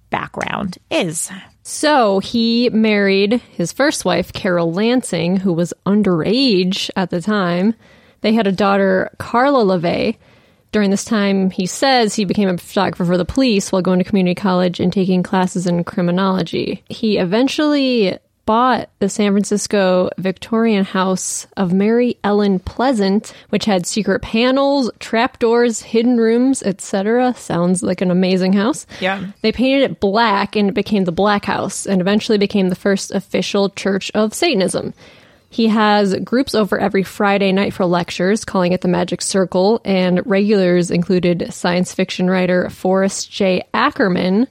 Speaker 2: background is.
Speaker 3: So he married his first wife, Carol Lansing, who was underage at the time. They had a daughter, Carla LeVay. During this time, he says he became a photographer for the police while going to community college and taking classes in criminology. He eventually bought the San Francisco Victorian house of Mary Ellen Pleasant, which had secret panels, trapdoors, hidden rooms, etc. Sounds like an amazing house.
Speaker 2: Yeah.
Speaker 3: They painted it black and it became the Black House and eventually became the first official church of Satanism. He has groups over every Friday night for lectures, calling it the Magic Circle, and regulars included science fiction writer Forrest J. Ackerman,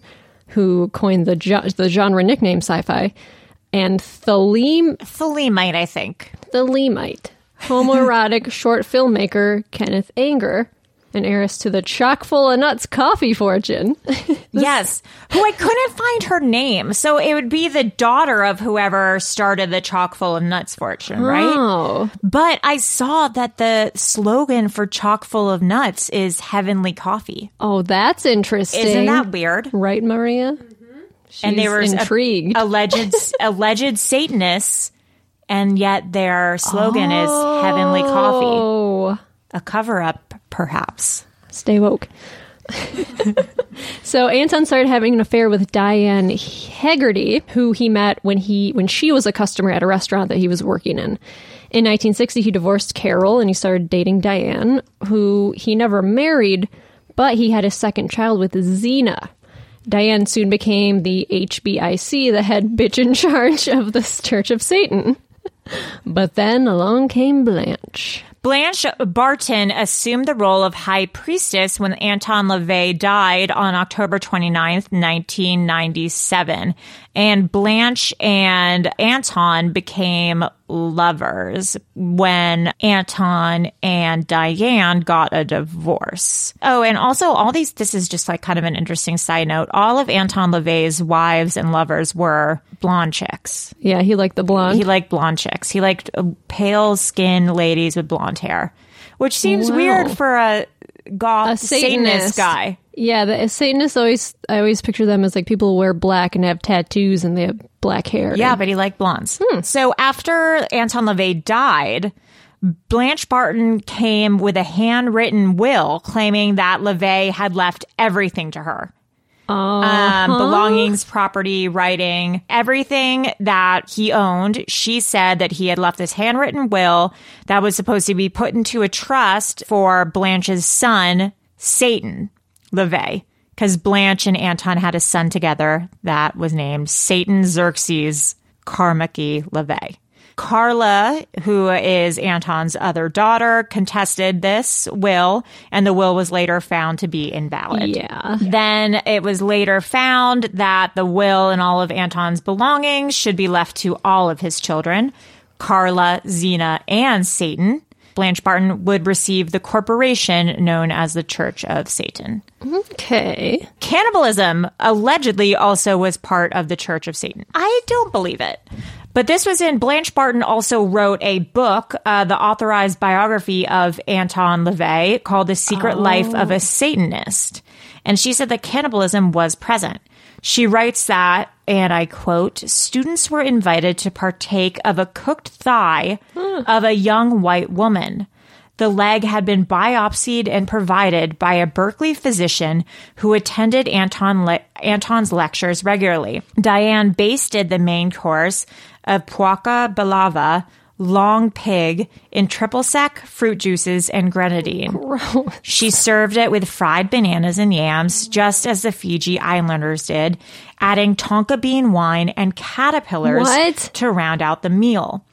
Speaker 3: who coined the, jo- the genre nickname sci fi, and Thalem.
Speaker 2: Thalemite, I think.
Speaker 3: Thalemite.
Speaker 2: <laughs>
Speaker 3: Homoerotic short filmmaker Kenneth Anger, an heiress to the chock full of nuts coffee fortune.
Speaker 2: yes. Who I couldn't find her name. So it would be the daughter of whoever started the Chock Full of Nuts fortune, <laughs> right?
Speaker 3: Oh.
Speaker 2: But I saw that the slogan for Chock Full of Nuts is Heavenly Coffee.
Speaker 3: Oh, that's interesting.
Speaker 2: Isn't that weird?
Speaker 3: Right, Maria?
Speaker 2: and they
Speaker 3: She's
Speaker 2: were a-
Speaker 3: intrigued. <laughs>
Speaker 2: alleged alleged Satanists, and yet their slogan is Heavenly
Speaker 3: Oh.
Speaker 2: Coffee. A cover up, perhaps.
Speaker 3: Stay woke. so Anton started having an affair with Diane Hegarty, who he met when he when she was a customer at a restaurant that he was working in. In 1960, he divorced Carol and he started dating Diane, who he never married, but he had his second child with Xena. Diane soon became the HBIC, the head bitch in charge of this Church of Satan. But then along came Blanche.
Speaker 2: Blanche Barton assumed the role of high priestess when Anton LaVey died on October 29th, 1997. And Blanche and Anton became lovers when Anton and Diane got a divorce. Oh, and also all these, this is just like kind of an interesting side note. All of Anton LaVey's wives and lovers were blonde chicks.
Speaker 3: Yeah, he liked the blonde.
Speaker 2: He liked blonde chicks. He liked uh, pale skinned ladies with blonde hair, which seems
Speaker 3: Wow.
Speaker 2: weird for a goth Satanist. guy.
Speaker 3: Yeah, the Satanists always I always picture them as like people who wear black and have tattoos and they have black hair.
Speaker 2: Yeah, but he liked blondes. So after Anton LaVey died, Blanche Barton came with a handwritten will claiming that LaVey had left everything to her. Um,
Speaker 3: Uh-huh.
Speaker 2: belongings, property, writing, everything that he owned. She said that he had left this handwritten will that was supposed to be put into a trust for Blanche's son, Satan LeVay, because Blanche and Anton had a son together that was named Satan Xerxes Carmacki LeVay. Carla, who is Anton's other daughter, contested this will, and the will was later found to be invalid.
Speaker 3: Yeah.
Speaker 2: Then it was later found that the will and all of Anton's belongings should be left to all of his children Carla, Zena, and Satan. Blanche Barton would receive the corporation known as the Church of Satan.
Speaker 3: Okay.
Speaker 2: Cannibalism allegedly also was part of the Church of Satan. I don't believe it. But this was in Blanche Barton also wrote a book, uh, the authorized biography of Anton LaVey called The Secret Life of a Satanist. And she said that cannibalism was present. She writes that, and I quote, students were invited to partake of a cooked thigh of a young white woman. The leg had been biopsied and provided by a Berkeley physician who attended Anton le- Anton's lectures regularly. Diane basted the main course of puaca balava, long pig, in triple sec, fruit juices, and grenadine. She served it with fried bananas and yams, just as the Fiji Islanders did, adding tonka bean wine and caterpillars
Speaker 3: What?
Speaker 2: to round out the meal.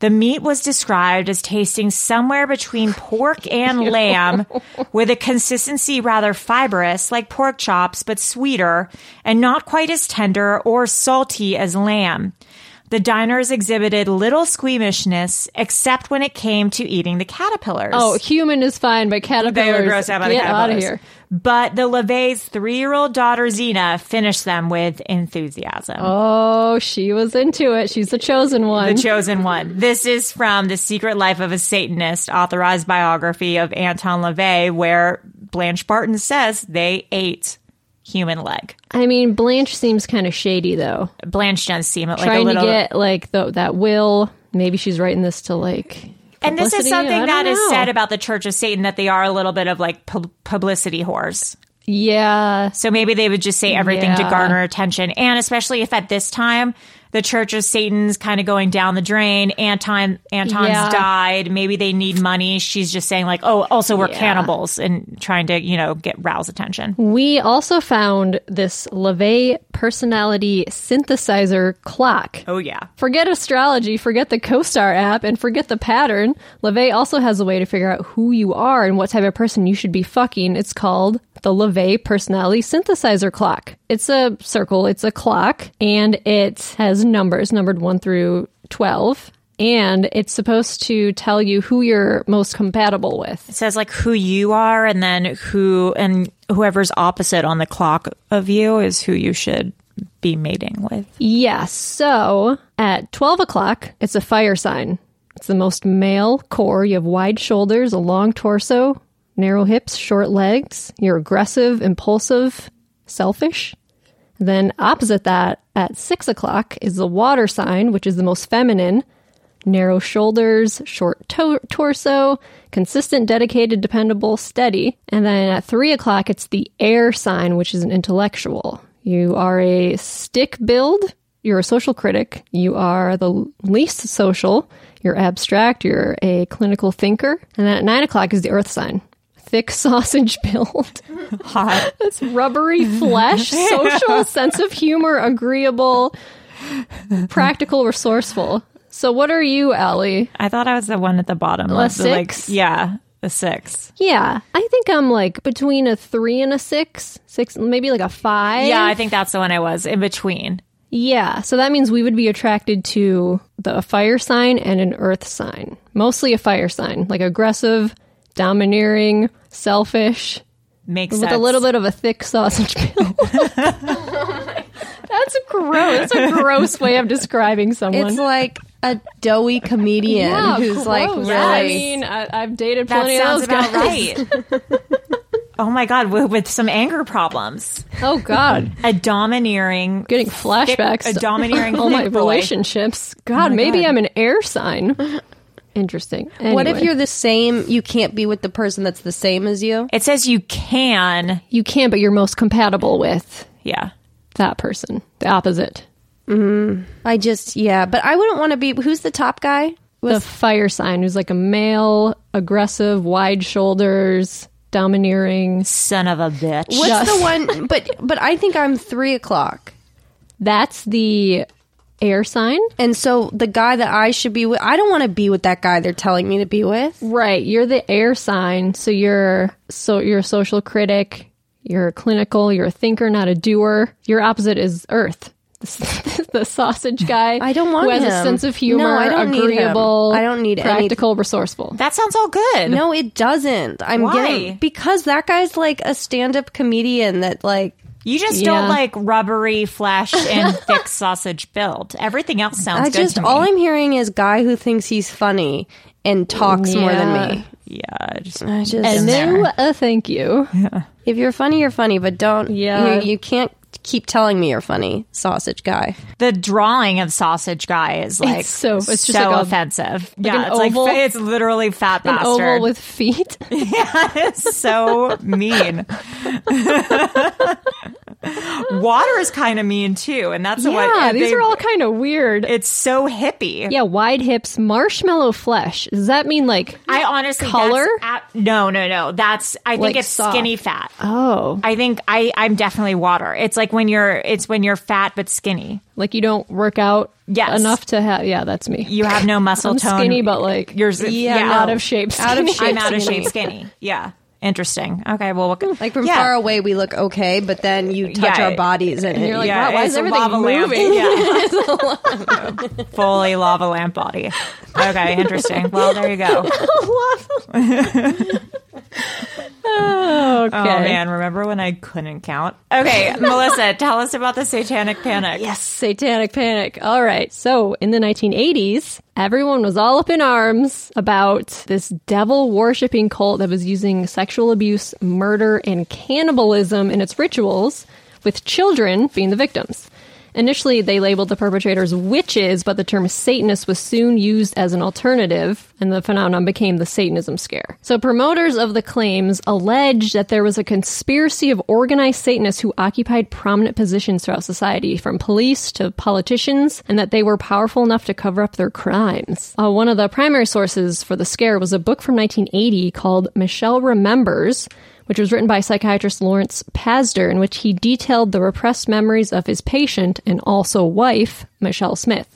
Speaker 2: The meat was described as tasting somewhere between pork
Speaker 3: <laughs>
Speaker 2: and lamb, with a consistency rather fibrous, like pork chops, but sweeter and not quite as tender or salty as lamb. The diners exhibited little squeamishness except when it came to eating the caterpillars.
Speaker 3: Oh, human is fine, but caterpillars.
Speaker 2: They were grossed out by the
Speaker 3: get out of
Speaker 2: caterpillars.
Speaker 3: here.
Speaker 2: But the LeVay's three year old daughter, Zena, finished them with enthusiasm.
Speaker 3: Oh, she was into it. She's the chosen one.
Speaker 2: The Chosen One. This is from The Secret Life of a Satanist, authorized biography of Anton LaVey, where Blanche Barton says they ate human leg.
Speaker 3: I mean, Blanche seems kind of shady though.
Speaker 2: Blanche does seem like
Speaker 3: Trying
Speaker 2: a little.
Speaker 3: to get like the, that will. Maybe she's writing this to like.
Speaker 2: and this is
Speaker 3: publicity. I
Speaker 2: something that
Speaker 3: don't
Speaker 2: is
Speaker 3: know.
Speaker 2: said about the Church of Satan that they are a little bit of like pub- publicity whores.
Speaker 3: Yeah.
Speaker 2: So maybe they would just say everything to
Speaker 3: Yeah.
Speaker 2: garner attention. And especially if at this time the Church of Satan's kind of going down the drain, Anton Anton's
Speaker 3: Yeah.
Speaker 2: died, maybe they need money. She's just saying like, "Oh, also we're cannibals" and trying to, you know, get rouse attention.
Speaker 3: We also found this LeVay personality synthesizer clock.
Speaker 2: Oh yeah.
Speaker 3: Forget astrology, forget the CoStar app, and forget the pattern. LeVay also has a way to figure out who you are and what type of person you should be fucking. It's called the LeVay Personality Synthesizer Clock. It's a circle, it's a clock, and it has numbers, numbered 1 through 12. And it's supposed to tell you who you're most compatible with.
Speaker 2: It says like who you are and then who and whoever's opposite on the clock of you is who you should be mating with.
Speaker 3: Yeah, so at 12 o'clock, it's a fire sign. It's the most male core. You have wide shoulders, a long torso, narrow hips, short legs. You're aggressive, impulsive, selfish. Then, opposite that, at 6 o'clock, is the water sign, which is the most feminine. Narrow shoulders, short to- torso, consistent, dedicated, dependable, steady. And then at three o'clock, it's the air sign, which is an intellectual. You are a stick build. You're a social critic. You are the least social. You're abstract. You're a clinical thinker. And then at nine o'clock is the earth sign. Thick <laughs> sausage build.
Speaker 2: Hot.
Speaker 3: <laughs> That's rubbery flesh, social, sense of humor, agreeable, practical, resourceful. So, what are you, Allie?
Speaker 2: I thought I was the one at the bottom.
Speaker 3: A
Speaker 2: of the, like,
Speaker 3: six?
Speaker 2: yeah, the six.
Speaker 3: Yeah, I think I'm like between a three and a six, six, maybe like a five.
Speaker 2: Yeah, I think that's the one I was in between.
Speaker 3: Yeah, so that means we would be attracted to the a fire sign and an earth sign. Mostly a fire sign, like aggressive, domineering, selfish,
Speaker 2: Makes
Speaker 3: with
Speaker 2: sense.
Speaker 3: a little bit of a thick sausage <laughs> build. That's gross. That's a gross way of describing someone.
Speaker 4: It's like a doughy comedian
Speaker 3: Yeah,
Speaker 4: who's like
Speaker 3: gross.
Speaker 4: really.
Speaker 3: I mean, I, I've dated
Speaker 2: That
Speaker 3: plenty
Speaker 2: sounds
Speaker 3: of those
Speaker 2: about
Speaker 3: guys.
Speaker 2: right. <laughs> oh my god, with, with some anger problems.
Speaker 3: Oh God,
Speaker 2: A domineering,
Speaker 3: getting flashbacks. <laughs>
Speaker 2: Thick,
Speaker 3: to
Speaker 2: a domineering.
Speaker 3: all my
Speaker 2: thick boy.
Speaker 3: relationships. God,
Speaker 4: Oh my
Speaker 3: maybe
Speaker 4: God.
Speaker 3: I'm an air sign. <laughs> Interesting.
Speaker 4: What if
Speaker 3: Anyway.
Speaker 4: you're the same? You can't be with the person that's the same as you.
Speaker 2: It says you can.
Speaker 3: you can, but you're most compatible with
Speaker 2: Yeah.
Speaker 3: that person, the opposite,
Speaker 4: I just yeah, but I wouldn't want to be. Who's the top guy?
Speaker 3: the fire sign, who's like a male, aggressive, wide shoulders, domineering.
Speaker 2: Son of a bitch.
Speaker 4: What's
Speaker 3: Yes.
Speaker 4: the <laughs> one? But but I think I'm three o'clock,
Speaker 3: That's the air sign,
Speaker 4: and so the guy that I should be with, I don't want to be with that guy they're telling me to be with.
Speaker 3: right? You're the air sign, so you're so you're a social critic. You're a clinical. You're a thinker, not a doer. Your opposite is Earth, <laughs> the sausage guy.
Speaker 4: I don't want
Speaker 3: who has a
Speaker 4: him.
Speaker 3: sense of humor,
Speaker 4: No, I don't need him.
Speaker 3: agreeable.
Speaker 4: I don't need any-
Speaker 3: practical, resourceful.
Speaker 2: That sounds all good.
Speaker 4: No, it doesn't. I'm
Speaker 2: Why?
Speaker 4: getting because that guy's like a stand-up comedian that like
Speaker 2: You just
Speaker 3: Yeah.
Speaker 2: don't like rubbery flesh
Speaker 3: <laughs>
Speaker 2: and thick sausage build. Everything else sounds
Speaker 4: I
Speaker 2: good
Speaker 4: just
Speaker 2: to me.
Speaker 4: all I'm hearing is guy who thinks he's funny and talks more than me.
Speaker 2: yeah, I just,
Speaker 4: I just
Speaker 3: And
Speaker 2: there.
Speaker 3: no, uh, thank you.
Speaker 4: if you're funny, you're funny, but don't
Speaker 3: Yeah.
Speaker 4: you, you can't keep telling me you're funny, sausage guy.
Speaker 2: the drawing of sausage guy is like
Speaker 3: so- it's just
Speaker 2: so
Speaker 3: like a-
Speaker 2: offensive.
Speaker 3: like
Speaker 2: yeah,
Speaker 3: an
Speaker 2: it's like
Speaker 3: oval-
Speaker 2: fa- it's literally fat
Speaker 3: An
Speaker 2: bastard.
Speaker 3: oval with
Speaker 4: <laughs>
Speaker 3: feet.
Speaker 2: yeah, it's so mean. Water is kind of mean too, and that's
Speaker 3: yeah,
Speaker 2: what
Speaker 3: these
Speaker 2: they-
Speaker 3: are all kind of weird.
Speaker 2: It's so hippie.
Speaker 3: yeah, wide hips, marshmallow flesh. Does that mean like
Speaker 2: I honestly
Speaker 3: Color?
Speaker 2: that's ab- no, no, no. That's I think
Speaker 3: Like
Speaker 2: it's
Speaker 3: soft.
Speaker 2: skinny fat.
Speaker 3: oh,
Speaker 2: I think I I'm definitely water. It's like when you're it's when you're fat but skinny.
Speaker 3: like you don't work out
Speaker 2: Yes.
Speaker 3: enough to have? Yeah, that's me.
Speaker 2: You have no muscle
Speaker 3: I'm
Speaker 2: tone.
Speaker 3: skinny, but like
Speaker 2: Yours,
Speaker 3: yeah,
Speaker 2: yeah.
Speaker 3: out of shape.
Speaker 4: Out
Speaker 3: <laughs>
Speaker 4: of
Speaker 3: skinny.
Speaker 4: shape.
Speaker 2: I'm out of
Speaker 4: skinny.
Speaker 2: shape skinny. Yeah. Interesting. Okay, well, we'll
Speaker 4: like from far away we look okay, but then you touch
Speaker 2: Yeah.
Speaker 4: our bodies and,
Speaker 2: And
Speaker 4: you're like,
Speaker 2: yeah,
Speaker 4: wow, why
Speaker 2: it's
Speaker 4: is
Speaker 2: a
Speaker 4: everything
Speaker 2: lava lamp.
Speaker 4: moving?
Speaker 2: Yeah.
Speaker 4: <laughs> It's a
Speaker 2: fully lava lamp body. Okay, interesting. Well, there
Speaker 4: <laughs>
Speaker 2: you go.
Speaker 3: Oh, okay.
Speaker 2: Oh man, remember when I couldn't count?
Speaker 4: <laughs>
Speaker 2: Okay, Melissa, tell us about the Satanic Panic.
Speaker 3: Yes, satanic panic. All right. So in the 1980s, everyone was all up in arms about this devil worshipping cult that was using sexual abuse, murder, and cannibalism in its rituals, with children being the victims. Initially, they labeled the perpetrators witches, but the term Satanist was soon used as an alternative, and the phenomenon became the Satanism scare. So, promoters of the claims alleged that there was a conspiracy of organized Satanists who occupied prominent positions throughout society, from police to politicians, and that they were powerful enough to cover up their crimes. Uh, one of the primary sources for the scare was a book from 1980 called Michelle Remembers which was written by psychiatrist Lawrence Pazder, in which he detailed the repressed memories of his patient and also wife, Michelle Smith.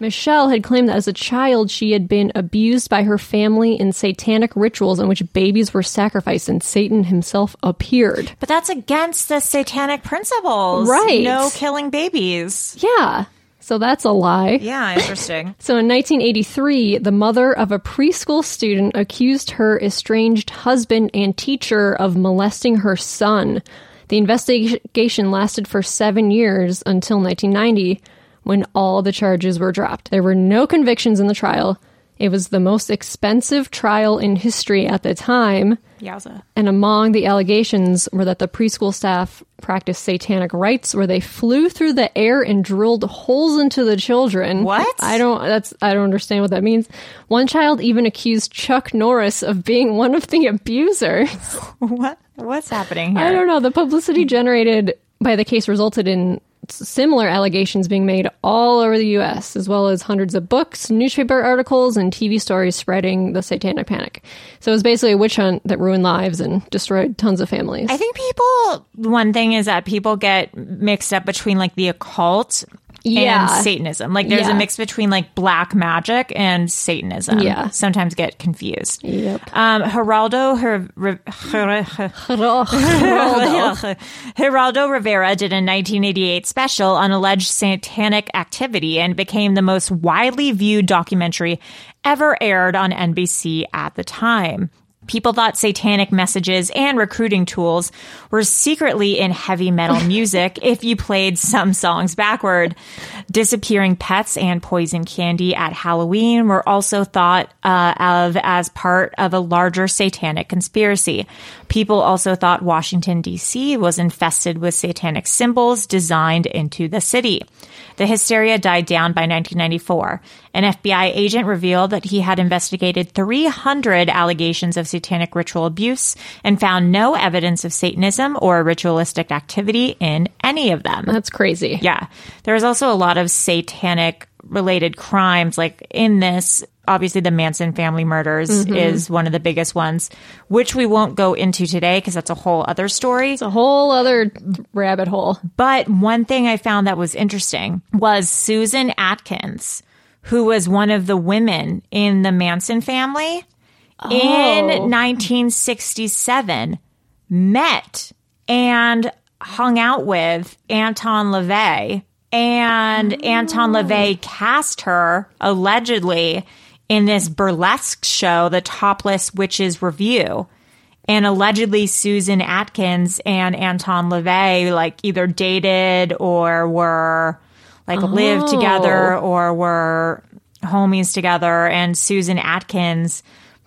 Speaker 3: Michelle had claimed that as a child she had been abused by her family in satanic rituals in which babies were sacrificed and Satan himself appeared.
Speaker 2: But that's against the satanic principles.
Speaker 3: Right.
Speaker 2: No killing babies.
Speaker 3: Yeah. So that's a lie.
Speaker 4: <laughs>
Speaker 2: Yeah, interesting.
Speaker 3: So in 1983, the mother of a preschool student accused her estranged husband and teacher of molesting her son. The investigation lasted for seven years until 1990, when all the charges were dropped. There were no convictions in the trial. It was the most expensive trial in history at the time.
Speaker 2: Yowza.
Speaker 3: And among the allegations were that the preschool staff practiced satanic rites where they flew through the air and drilled holes into the children.
Speaker 2: What?
Speaker 3: I don't that's I don't understand what that means. One child even accused Chuck Norris of being one of the abusers.
Speaker 2: What? What's happening here?
Speaker 3: I don't know. The publicity generated by the case resulted in s- similar allegations being made all over the US, as well as hundreds of books, newspaper articles, and TV stories spreading the satanic panic. So it was basically a witch hunt that ruined lives and destroyed tons of families.
Speaker 2: I think people. One thing is that people get mixed up between like the occult
Speaker 3: Yeah.
Speaker 2: and Satanism. Like there's
Speaker 3: Yeah.
Speaker 2: a mix between like black magic and Satanism.
Speaker 3: Yeah.
Speaker 2: sometimes get confused.
Speaker 3: Yep.
Speaker 2: Um, Geraldo Her- Re- Her- <laughs>
Speaker 3: Geraldo.
Speaker 2: Geraldo Rivera did a 1988 special on alleged satanic activity and became the most widely viewed documentary ever aired on NBC at the time. People thought satanic messages and recruiting tools were secretly in heavy metal <laughs> music if you played some songs backward. Disappearing pets and poison candy at Halloween were also thought uh, of as part of a larger satanic conspiracy. People also thought Washington, D.C. was infested with satanic symbols designed into the city. The hysteria died down by 1994. An FBI agent revealed that he had investigated 300 allegations of satanic ritual abuse and found no evidence of Satanism or ritualistic activity in any of them.
Speaker 3: That's crazy.
Speaker 2: Yeah. There was also a lot of satanic related crimes like in this obviously the Manson family murders
Speaker 3: Mhm.
Speaker 2: is one of the biggest ones which we won't go into today because that's a whole other story. It's
Speaker 3: a whole other rabbit hole.
Speaker 2: But one thing I found that was interesting was Susan Atkins who was one of the women in the Manson family in
Speaker 3: Oh.
Speaker 2: 1967 met and hung out with Anton LaVey. And Anton LaVey cast her allegedly in this burlesque show, The Topless Witches Review. And allegedly, Susan Atkins and Anton LaVey like either dated or were like lived
Speaker 3: Oh.
Speaker 2: together or were homies together. And Susan Atkins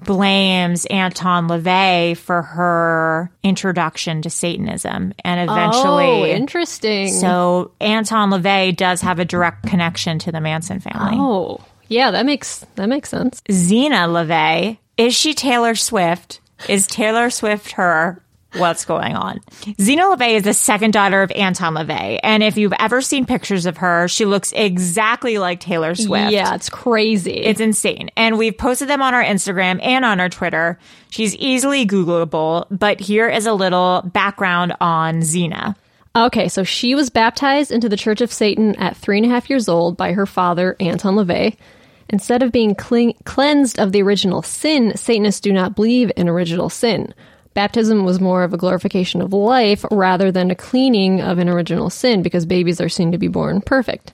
Speaker 2: blames Anton LaVey for her introduction to Satanism. And eventually.
Speaker 3: Oh, interesting.
Speaker 2: So Anton LaVey does have a direct connection to the Manson family.
Speaker 3: Oh. Yeah, that makes that makes sense.
Speaker 2: Xena LaVey, is she Taylor Swift? Is Taylor Swift her? What's going on? Xena LaVey is the second daughter of Anton LaVey. And if you've ever seen pictures of her, she looks exactly like Taylor Swift.
Speaker 3: Yeah, it's crazy.
Speaker 2: It's insane. And we've posted them on our Instagram and on our Twitter. She's easily Googleable, but here is a little background on Xena.
Speaker 3: Okay, so she was baptized into the Church of Satan at three and a half years old by her father, Anton LaVey. Instead of being clean cleansed of the original sin, Satanists do not believe in original sin. Baptism was more of a glorification of life rather than a cleaning of an original sin because babies are seen to be born perfect.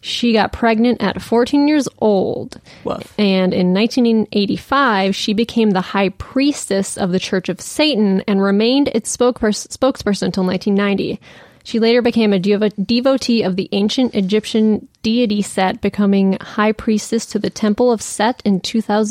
Speaker 3: She got pregnant at 14 years old. And in 1985, she became the high priestess of the Church of Satan and remained its spokespers- spokesperson until 1990. She later became a devo- devotee of the ancient Egyptian deity Set, becoming high priestess to the Temple of Set in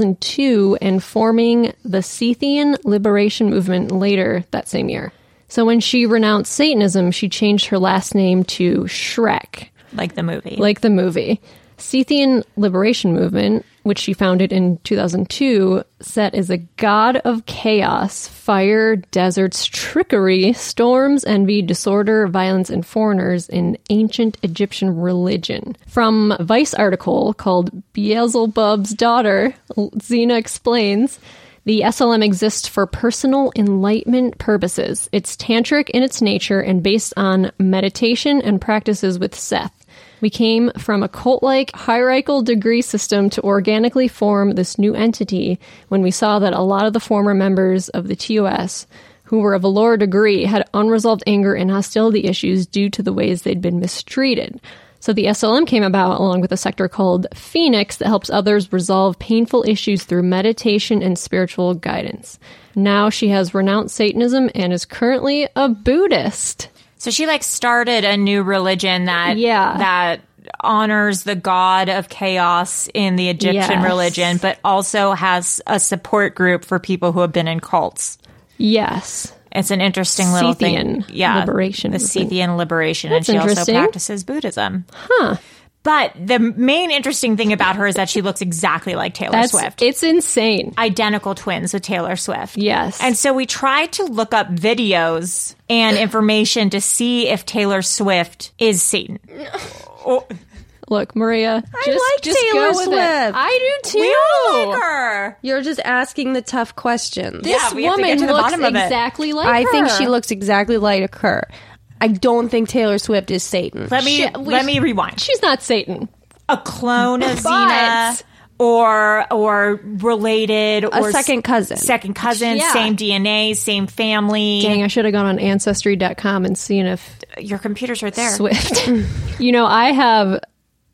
Speaker 3: 2002 and forming the Sethian Liberation Movement later that same year. So when she renounced Satanism, she changed her last name to Shrek.
Speaker 2: Like the movie.
Speaker 3: Like the movie. Sethian Liberation Movement, which she founded in 2002, set is a god of chaos, fire, deserts, trickery, storms, envy, disorder, violence, and foreigners in ancient Egyptian religion. From a Vice article called Beelzebub's Daughter, Zena explains. The SLM exists for personal enlightenment purposes. It's tantric in its nature and based on meditation and practices with Seth. We came from a cult like hierarchical degree system to organically form this new entity when we saw that a lot of the former members of the TOS who were of a lower degree had unresolved anger and hostility issues due to the ways they'd been mistreated. So the SLM came about along with a sector called Phoenix that helps others resolve painful issues through meditation and spiritual guidance. Now she has renounced Satanism and is currently a Buddhist.
Speaker 2: So she like started a new religion that
Speaker 3: Yeah.
Speaker 2: that honors the god of chaos in the Egyptian
Speaker 3: Yes.
Speaker 2: religion, but also has a support group for people who have been in cults.
Speaker 3: Yes.
Speaker 2: It's an interesting little thing.
Speaker 3: Sethian liberation
Speaker 2: the
Speaker 3: movement.
Speaker 2: Sethian liberation,
Speaker 3: That's
Speaker 2: and she also
Speaker 3: interesting.
Speaker 2: practices Buddhism. Huh. But the main interesting thing about her is that she looks exactly like Taylor
Speaker 3: That's-
Speaker 2: Swift.
Speaker 3: It's insane.
Speaker 2: Identical twins with Taylor Swift.
Speaker 3: Yes.
Speaker 2: And so we tried to look up videos and information to see if Taylor Swift is Satan.
Speaker 3: Look, Maria, just,
Speaker 4: I like
Speaker 3: just
Speaker 4: Taylor
Speaker 3: go with
Speaker 4: Swift.
Speaker 3: It. I do too.
Speaker 4: We all like
Speaker 2: her.
Speaker 4: You're just asking the tough questions.
Speaker 3: This Yeah, we have to get woman to the looks bottom of it. exactly like
Speaker 4: I think
Speaker 3: her.
Speaker 4: she looks exactly like her. I don't think Taylor Swift is Satan.
Speaker 2: Let me let me rewind.
Speaker 3: She's not Satan.
Speaker 2: A clone of
Speaker 4: But-
Speaker 2: Xena or or related
Speaker 4: A
Speaker 2: or s-
Speaker 4: second cousin.
Speaker 2: Second cousin,
Speaker 3: Yeah.
Speaker 2: same DNA, same family.
Speaker 3: Dang, I should have gone on Ancestry.com and seen if <laughs>
Speaker 2: Your computer's right there.
Speaker 3: Swift. <laughs> you know, I have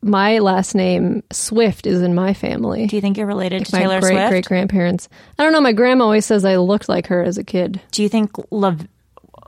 Speaker 3: my last name Swift is in my family. Do
Speaker 2: you think you're related to
Speaker 3: my
Speaker 2: Taylor
Speaker 3: great,
Speaker 2: Swift?
Speaker 3: Great grandparents. I don't know. My grandma always says I looked like her as a kid.
Speaker 2: Do you think love?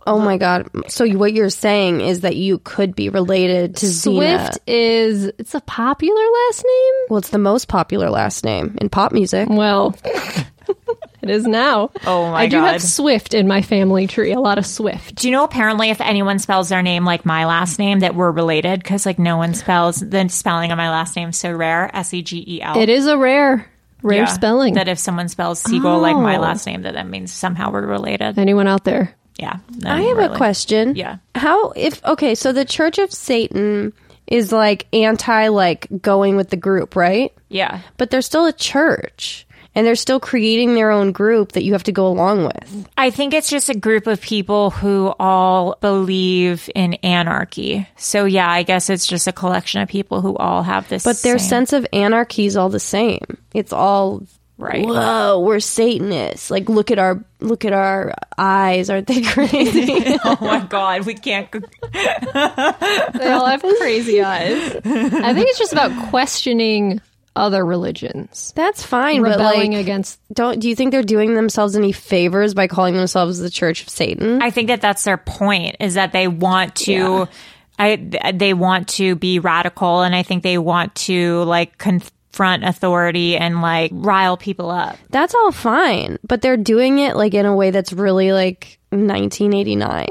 Speaker 4: Oh my god! So you- what you're saying is that you could be related to Xena.
Speaker 3: Swift is it's a popular last name.
Speaker 4: Well, it's the most popular last name in pop music.
Speaker 3: Well, <laughs> it is now.
Speaker 2: Oh my
Speaker 3: I do
Speaker 2: God.
Speaker 3: have Swift in my family tree. A lot of Swift.
Speaker 2: Do you know apparently if anyone spells their name like my last name that we're related because like no one spells the spelling of my last name is so rare S E G E L.
Speaker 3: It is a rare, rare
Speaker 2: Yeah.
Speaker 3: spelling.
Speaker 2: That if someone spells Siegel like my
Speaker 3: Oh.
Speaker 2: last name, that that means somehow we're related.
Speaker 3: Anyone out there?
Speaker 2: Yeah. no,
Speaker 4: I have
Speaker 2: really.
Speaker 4: a question.
Speaker 2: Yeah.
Speaker 4: How if okay? So the Church of Satan is like anti like going with the group, right?
Speaker 2: Yeah.
Speaker 4: But they're still a church, and they're still creating their own group that you have to go along with.
Speaker 2: I think it's just a group of people who all believe in anarchy. So yeah, I guess it's just a collection of people who all have this.
Speaker 4: But their
Speaker 2: same-
Speaker 4: sense of anarchy is all the same. It's all
Speaker 2: Right. <laughs>
Speaker 4: Whoa, we're Satanists. Like, look at our look at our eyes. Aren't
Speaker 3: <laughs>
Speaker 4: they <laughs> crazy?
Speaker 2: oh my god, we can't.
Speaker 3: They all have <laughs> crazy eyes. I think it's just about questioning other religions.
Speaker 4: That's fine.
Speaker 3: Rebelling
Speaker 4: but like,
Speaker 3: against.
Speaker 4: Don't do you think they're doing themselves any favors by calling themselves the Church of Satan?
Speaker 2: I think that that's their point is that they want to
Speaker 4: Yeah.
Speaker 2: I th- they want to be radical and I think they want to like confront authority and like rile people up.
Speaker 4: That's all fine, but they're doing it like in a way that's really like <laughs> 1989.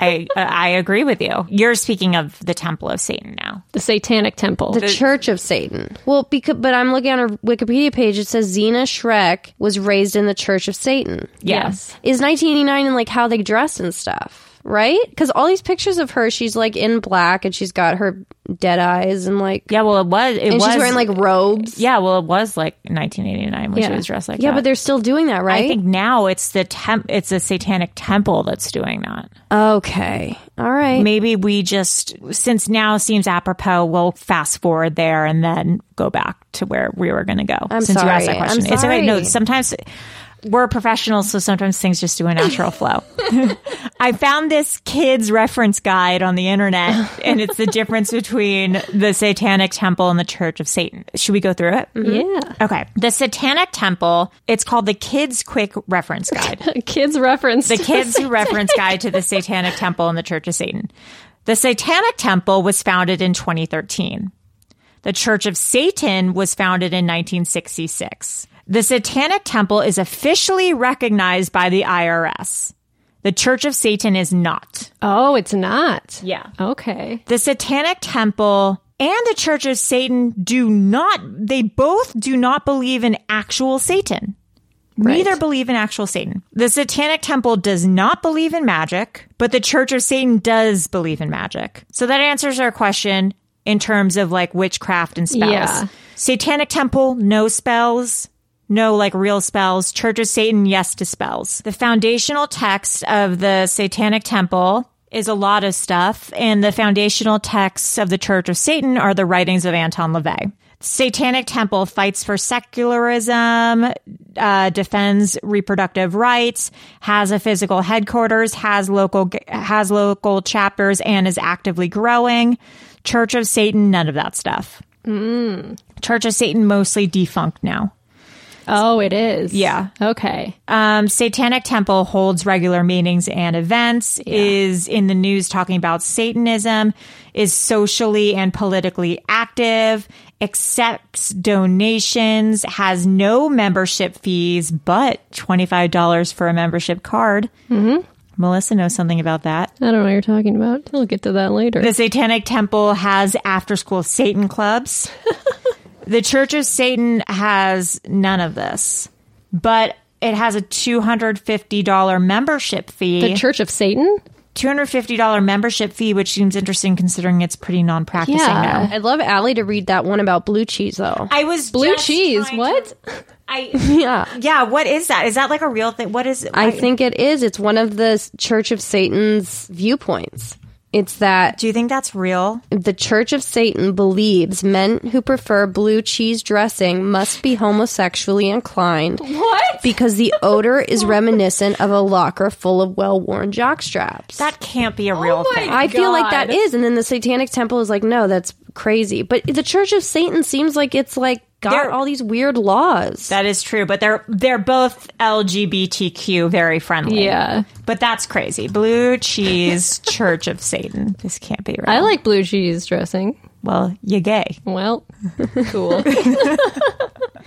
Speaker 2: I I agree with you. You're speaking of the temple of Satan now.
Speaker 3: The Satanic Temple.
Speaker 4: the Church of Satan. Well, because but I'm looking on her Wikipedia page. It says Xena Shrek was raised in the Church of Satan.
Speaker 2: Yes.
Speaker 4: is 1989 and like how they dress and stuff, right? Because all these pictures of her, she's like in black and she's got her dead eyes and like
Speaker 2: yeah, well it was it
Speaker 4: and
Speaker 2: was
Speaker 4: she's wearing like robes.
Speaker 2: yeah, well it was like 1989 when she
Speaker 4: Yeah.
Speaker 2: was dressed like
Speaker 4: yeah,
Speaker 2: that.
Speaker 4: but they're still doing that, right?
Speaker 2: I think now it's the temp it's the satanic temple that's doing that.
Speaker 4: okay, all right.
Speaker 2: Maybe we just, since now seems apropos, we'll fast forward there and then go back to where we were going to go.
Speaker 4: I'm
Speaker 2: since you asked
Speaker 4: sorry.
Speaker 2: that question,
Speaker 4: I'm
Speaker 2: it's okay. No,
Speaker 4: sorry.
Speaker 2: sometimes we're professionals, so sometimes things just do
Speaker 4: <laughs>
Speaker 2: a natural flow. <laughs> I found this kids reference guide on the internet, and it's the
Speaker 4: <laughs>
Speaker 2: difference between the Satanic Temple and the Church of Satan. Should we go through it?
Speaker 4: Mm-hmm.
Speaker 3: Mhm.
Speaker 2: Yeah. Okay. The Satanic Temple. It's called the Kids Quick Reference Guide.
Speaker 3: <laughs> kids reference.
Speaker 2: The Kids Reference Guide to the Satanic Temple and the Church of Satan. The Satanic Temple was founded in 2013. The Church of Satan was founded in 1966. The Satanic Temple is officially recognized by the IRS. The Church of Satan is not.
Speaker 3: Oh, it's not.
Speaker 2: Yeah.
Speaker 3: Okay.
Speaker 2: The Satanic Temple and the Church of Satan do not, they both do not believe in actual Satan. Neither believe in actual Satan. The Satanic Temple does not believe in magic, but the Church of Satan does believe in magic. So that answers our question in terms of like witchcraft and spells.
Speaker 3: Yeah.
Speaker 2: Satanic Temple, no spells. No, like real spells. Church of Satan, yes to spells. The foundational text of the Satanic Temple is a lot of stuff, and the foundational texts of the Church of Satan are the writings of Anton LaVey. Satanic Temple fights for secularism, uh, defends reproductive rights, has a physical headquarters, has local has local chapters, and is actively growing. Church of Satan, none of that stuff.
Speaker 3: Mm.
Speaker 2: Church of Satan mostly defunct now.
Speaker 3: Oh, it is.
Speaker 2: Yeah.
Speaker 3: Okay.
Speaker 2: Um, Satanic Temple holds regular meetings and events, is in the news talking about Satanism, is socially and politically active, accepts donations, has no membership fees but $25 for a membership card. Mm-hmm. Melissa knows something about that.
Speaker 3: I don't know what you're talking about. We'll get to that later.
Speaker 2: The Satanic Temple has after school
Speaker 4: <laughs>
Speaker 2: Satan clubs. the Church of Satan has none of this, but it has a $250 membership fee.
Speaker 3: The Church of Satan?
Speaker 2: $250 membership fee, which seems interesting considering it's pretty non practicing now.
Speaker 4: Uh, I'd love Allie to read that one about blue cheese though.
Speaker 2: I was
Speaker 4: blue
Speaker 2: just
Speaker 4: cheese. What?
Speaker 2: <laughs> I
Speaker 4: yeah
Speaker 2: <laughs> yeah. What is that? Is that like a real thing? What is?
Speaker 4: I think it is. It's one of the Church of Satan's viewpoints. It's that.
Speaker 2: Do you think that's real?
Speaker 4: The Church of Satan believes men who prefer blue cheese dressing must be homosexually inclined.
Speaker 2: What?
Speaker 4: Because <laughs> the odor is reminiscent of a locker full of well worn jockstraps.
Speaker 2: That can't
Speaker 4: Oh
Speaker 2: be a real thing.
Speaker 4: I feel like that is. And then the Satanic Temple is like, no, that's crazy. But the Church of Satan seems like it's like got
Speaker 2: They're-
Speaker 4: all these weird laws. <laughs>
Speaker 2: That is true, but they're they're both LGBTQ very friendly.
Speaker 3: Yeah.
Speaker 2: But that's crazy. Blue
Speaker 3: <laughs>
Speaker 2: cheese Church of Satan. This can't be right.
Speaker 3: I like blue cheese dressing.
Speaker 2: Well,
Speaker 3: <laughs>
Speaker 2: you're gay.
Speaker 3: Well, cool.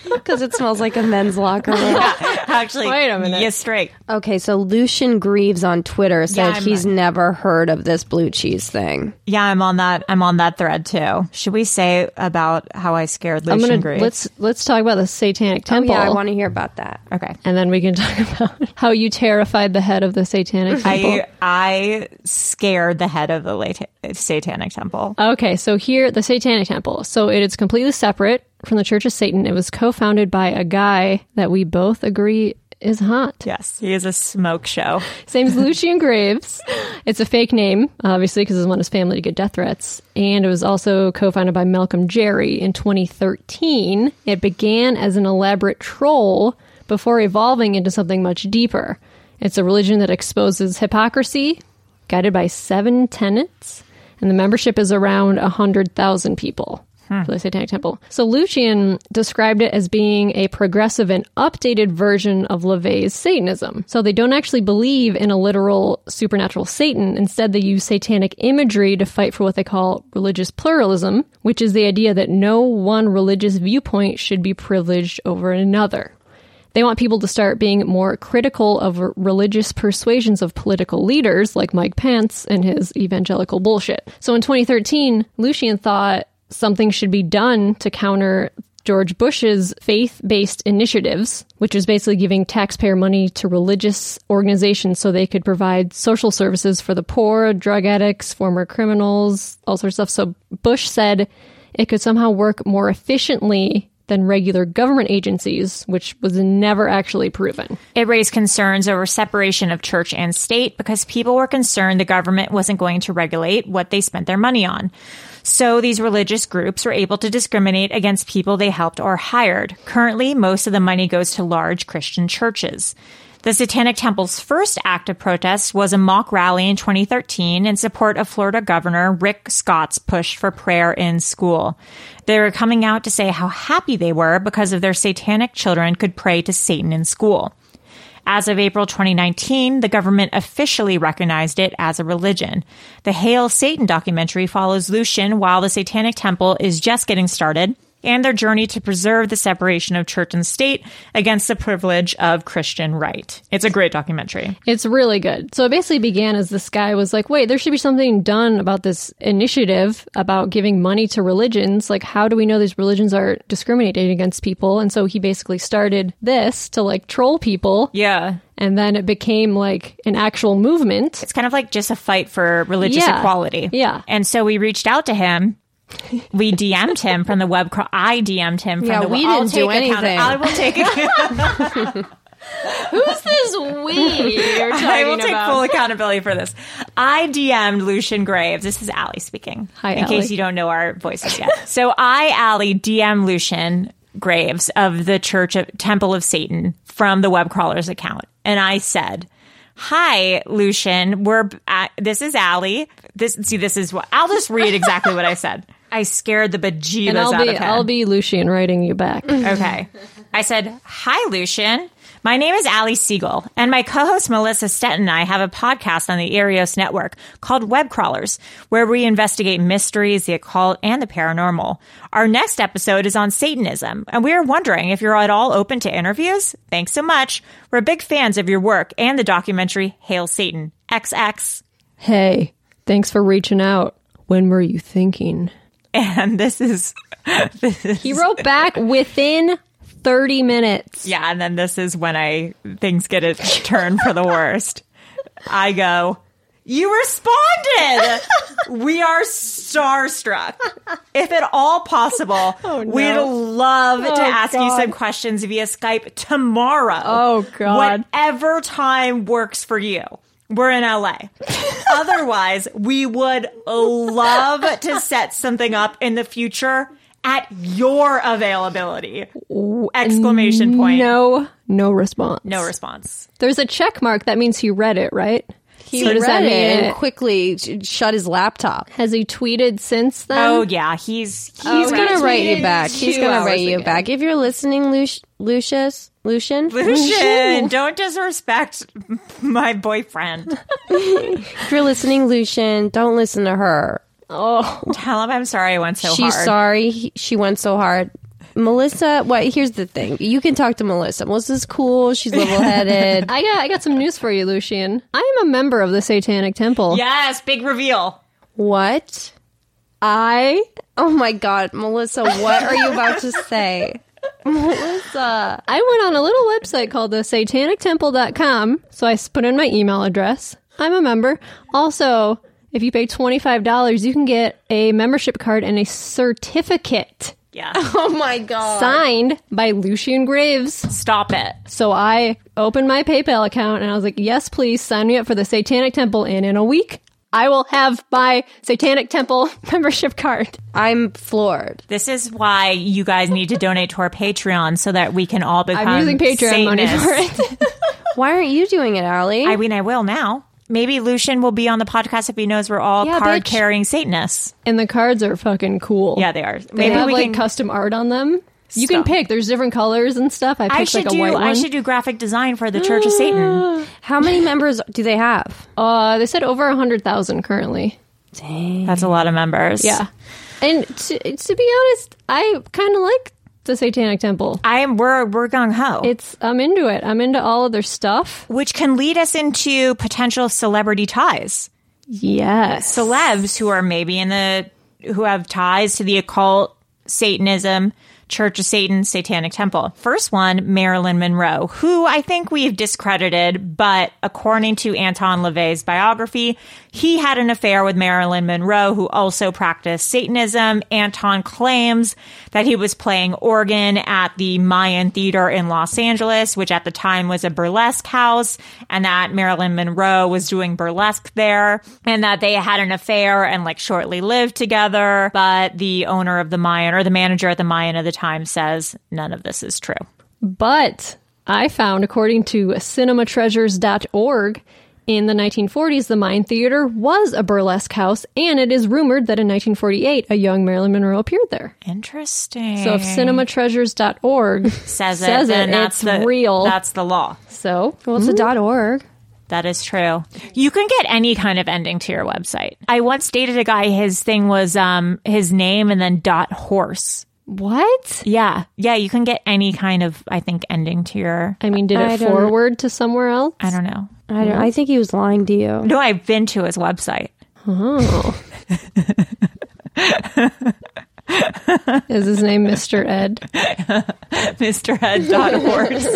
Speaker 4: Because it smells like a men's locker room.
Speaker 2: <laughs> Actually, wait a minute. You're straight.
Speaker 4: <laughs> Okay, so Lucian Greaves on Twitter
Speaker 2: Yeah,
Speaker 4: said
Speaker 2: I'm
Speaker 4: he's never heard of this blue cheese thing.
Speaker 2: Yeah, I'm on that. I'm on that thread too. Should we say about how I scared
Speaker 3: I'm
Speaker 2: Lucian
Speaker 3: gonna
Speaker 2: Greaves?
Speaker 3: let's let's talk about the Satanic Temple.
Speaker 4: Oh, yeah, I want to hear about that.
Speaker 2: Okay,
Speaker 3: and then we can <laughs> talk about how you terrified the head of the Satanic Temple.
Speaker 2: I I scared the head of the lata- Satanic Temple.
Speaker 3: Okay, so here, the Satanic Temple. So it is completely separate from the Church of Satan. It was co founded by a guy that we both agree is hot.
Speaker 2: Yes, he is a smoke show.
Speaker 3: Same as Lucian Graves. It's a fake name, obviously, because he wanted his family to get death threats. And it was also co founded by Malcolm Jerry in 2013. It began as an elaborate troll before evolving into something much deeper. It's a religion that exposes hypocrisy, guided by seven tenets, and the membership is around 100,000 people for the Satanic Temple. So Lucian described it as being a progressive and updated version of LaVey's Satanism. So they don't actually believe in a literal supernatural Satan. Instead, they use satanic imagery to fight for what they call religious pluralism, which is the idea that no one religious viewpoint should be privileged over another. They want people to start being more critical of r- religious persuasions of political leaders like Mike Pence and his evangelical bullshit. So in 2013, Lucian thought something should be done to counter George Bush's faith based initiatives, which was basically giving taxpayer money to religious organizations so they could provide social services for the poor, drug addicts, former criminals, all sorts of stuff. So Bush said it could somehow work more efficiently than regular government agencies, which was never actually proven.
Speaker 2: It raised concerns over separation of church and state because people were concerned the government wasn't going to regulate what they spent their money on. So these religious groups were able to discriminate against people they helped or hired. Currently, most of the money goes to large Christian churches. The Satanic Temple's first act of protest was a mock rally in 2013 in support of Florida Governor Rick Scott's push for prayer in school. They were coming out to say how happy they were because of their satanic children could pray to Satan in school. As of April 2019, the government officially recognized it as a religion. The Hail Satan documentary follows Lucian while the Satanic Temple is just getting started and their journey to preserve the separation of church and state against the privilege of Christian right. It's a great documentary.
Speaker 3: It's really good. So it basically began as this guy was like, wait, there should be something done about this initiative about giving money to religions. Like, how do we know these religions are discriminating against people? And so he basically started this to like troll people.
Speaker 2: Yeah.
Speaker 3: And then it became like an actual movement.
Speaker 2: It's kind of like just a fight for religious
Speaker 3: Yeah.
Speaker 2: equality.
Speaker 3: Yeah.
Speaker 2: And so we reached out to him. We DM'd him from the web. Crawl. I DM'd him from
Speaker 4: Yeah,
Speaker 2: the
Speaker 4: we
Speaker 2: I'll
Speaker 4: didn't do
Speaker 2: take account-
Speaker 4: anything.
Speaker 2: I will take
Speaker 3: Who's this we <laughs> you're
Speaker 2: <laughs> I will
Speaker 3: talking
Speaker 2: take
Speaker 3: about?
Speaker 2: full accountability for this. I DM'd Lucian Graves. This is Allie speaking.
Speaker 3: Hi,
Speaker 2: In
Speaker 3: Allie.
Speaker 2: case you don't know our voices yet. so I, Allie, DM Lucian Graves of the Church of Temple of Satan from the Web Crawlers account. And I said, Hi, Lucian. We're at, this is Allie. This see, this is what I'll just read exactly what I said. <laughs> I scared the bejeebus
Speaker 3: and I'll
Speaker 2: out
Speaker 3: be
Speaker 2: of him.
Speaker 3: I'll be Lucian writing you <clears throat> back.
Speaker 2: Okay. I said, Hi, Lucian. My name is Ali Siegel, and my co host Melissa Stetton and I have a podcast on the Erios Network called Web Crawlers, where we investigate mysteries, the occult, and the paranormal. Our next episode is on Satanism, and we are wondering if you're at all open to interviews. Thanks so much. We're big fans of your work and the documentary Hail Satan XX.
Speaker 3: Hey, thanks for reaching out. When were you thinking?
Speaker 2: <laughs> And this is. <laughs> This is
Speaker 3: He wrote back within 30 minutes.
Speaker 2: Yeah, and then this is when I things get a turn
Speaker 10: <laughs>
Speaker 2: for the worst. I go, "You responded. we are starstruck. If at all
Speaker 10: <laughs>
Speaker 2: possible, we'd love
Speaker 10: Oh,
Speaker 2: to ask you
Speaker 10: God.
Speaker 2: some questions via Skype tomorrow.
Speaker 10: Oh, God.
Speaker 2: Whatever time works for you." We're in LA.
Speaker 10: <laughs>
Speaker 2: Otherwise, we would love to set something up in the future at your availability. Exclamation point.
Speaker 3: No, no response.
Speaker 2: No response.
Speaker 3: There's a check mark. That means he read it, right?
Speaker 4: He
Speaker 3: So does that
Speaker 4: read it
Speaker 3: mean
Speaker 4: and quickly sh- shut his laptop.
Speaker 3: Has he tweeted since then?
Speaker 2: Oh yeah, he's he's
Speaker 3: oh.
Speaker 4: He's gonna write you
Speaker 2: tweeted
Speaker 4: back. Oh, He's
Speaker 2: two
Speaker 4: gonna
Speaker 2: hours
Speaker 4: write you
Speaker 2: ago.
Speaker 4: back. If you're listening, Lu- Lucius, <laughs>
Speaker 3: <laughs>
Speaker 4: Lucian,
Speaker 2: <laughs> Lucian, don't disrespect my boyfriend.
Speaker 4: if you're listening, Lucian, don't listen to her.
Speaker 3: Oh,
Speaker 2: Tell him I'm sorry I went so
Speaker 4: She's
Speaker 2: hard.
Speaker 4: sorry. He- She went so hard. Melissa, what? Here's the thing. You can talk to Melissa. Melissa's cool. She's level <laughs> headed.
Speaker 3: I got I got some news for you, Lucian. I am a member of the Satanic Temple.
Speaker 2: Yes, big reveal.
Speaker 4: what?
Speaker 3: I
Speaker 4: Oh my God, Melissa, what are you about to say? Melissa.
Speaker 3: I went on a little website called the satanictemple.com, so I s- put in my email address. I'm a member. Also, if you pay $25, you can get a membership card and a certificate
Speaker 2: Yeah.
Speaker 4: <laughs> Oh my God.
Speaker 3: signed by Lucian Graves.
Speaker 2: Stop it.
Speaker 3: So I opened my PayPal account and I was like, yes, please sign me up for the Satanic Temple. And in a week, I will have my Satanic Temple <laughs> membership card.
Speaker 4: I'm floored.
Speaker 2: This is why you guys need to donate to our Patreon so that we can all become.
Speaker 3: I'm using Patreon money
Speaker 2: Satanists.
Speaker 3: for it. <laughs>
Speaker 4: Why aren't you doing it, Allie?
Speaker 2: I mean, I will now. Maybe Lucian will be on the podcast if he knows we're all
Speaker 3: Yeah, bitch.
Speaker 2: card carrying Satanists.
Speaker 3: and the cards are fucking cool.
Speaker 2: Yeah, they are.
Speaker 3: They
Speaker 2: Maybe
Speaker 3: have
Speaker 2: we
Speaker 3: like
Speaker 2: can.
Speaker 3: custom art on them. You
Speaker 2: Stop.
Speaker 3: can pick. There's different colors and stuff. I picked
Speaker 2: I should
Speaker 3: like a
Speaker 2: do.
Speaker 3: white one.
Speaker 2: I should do graphic design for the Church
Speaker 3: <gasps>
Speaker 2: of Satan.
Speaker 4: How many members do they have?
Speaker 3: Uh, they said over a hundred thousand currently.
Speaker 2: That's a lot of members.
Speaker 3: Yeah, and to, to be honest, I kind of like the Satanic Temple.
Speaker 2: I am. We're we're gung ho.
Speaker 3: It's I'm into it. I'm into all of their stuff.
Speaker 2: which can lead us into potential celebrity ties.
Speaker 3: Yes,
Speaker 2: Celebs who are maybe in the who have ties to the occult, Satanism, Church of Satan, Satanic Temple. First one, Marilyn Monroe, who I think we've discredited, but according to Anton LaVey's biography, he had an affair with Marilyn Monroe, who also practiced Satanism. Anton claims that he was playing organ at the Mayan Theater in Los Angeles, which at the time was a burlesque house, and that Marilyn Monroe was doing burlesque there, and that they had an affair and like shortly lived together. But the owner of the Mayan or the manager at the Mayan at the time says none of this is true.
Speaker 3: But I found, according to cinematreasures.org, in the 1940s, the Mayan Theater was a burlesque house, and it is rumored that in 1948, a young Marilyn Monroe appeared there.
Speaker 2: Interesting.
Speaker 3: So if cinematreasures.org
Speaker 2: Mm-hmm. <laughs> says it,
Speaker 3: says
Speaker 2: then
Speaker 3: it
Speaker 2: that's
Speaker 3: it's
Speaker 2: the,
Speaker 3: real.
Speaker 2: That's the law.
Speaker 3: so
Speaker 4: well, it's a dot org.
Speaker 2: That is true. You can get any kind of ending to your website. I once dated a guy. His thing was um his name and then dot horse.
Speaker 3: What?
Speaker 2: Yeah, yeah. You can get any kind of I think ending to your.
Speaker 3: I mean, did
Speaker 4: I
Speaker 3: it
Speaker 4: don't-
Speaker 3: forward to somewhere else?
Speaker 2: I don't know.
Speaker 4: I, don't, I think he was lying to you.
Speaker 2: No, I've been to his <laughs> website.
Speaker 3: Oh. is his name Mr.
Speaker 2: <laughs>
Speaker 3: Ed?
Speaker 2: Mr. Head dot horse.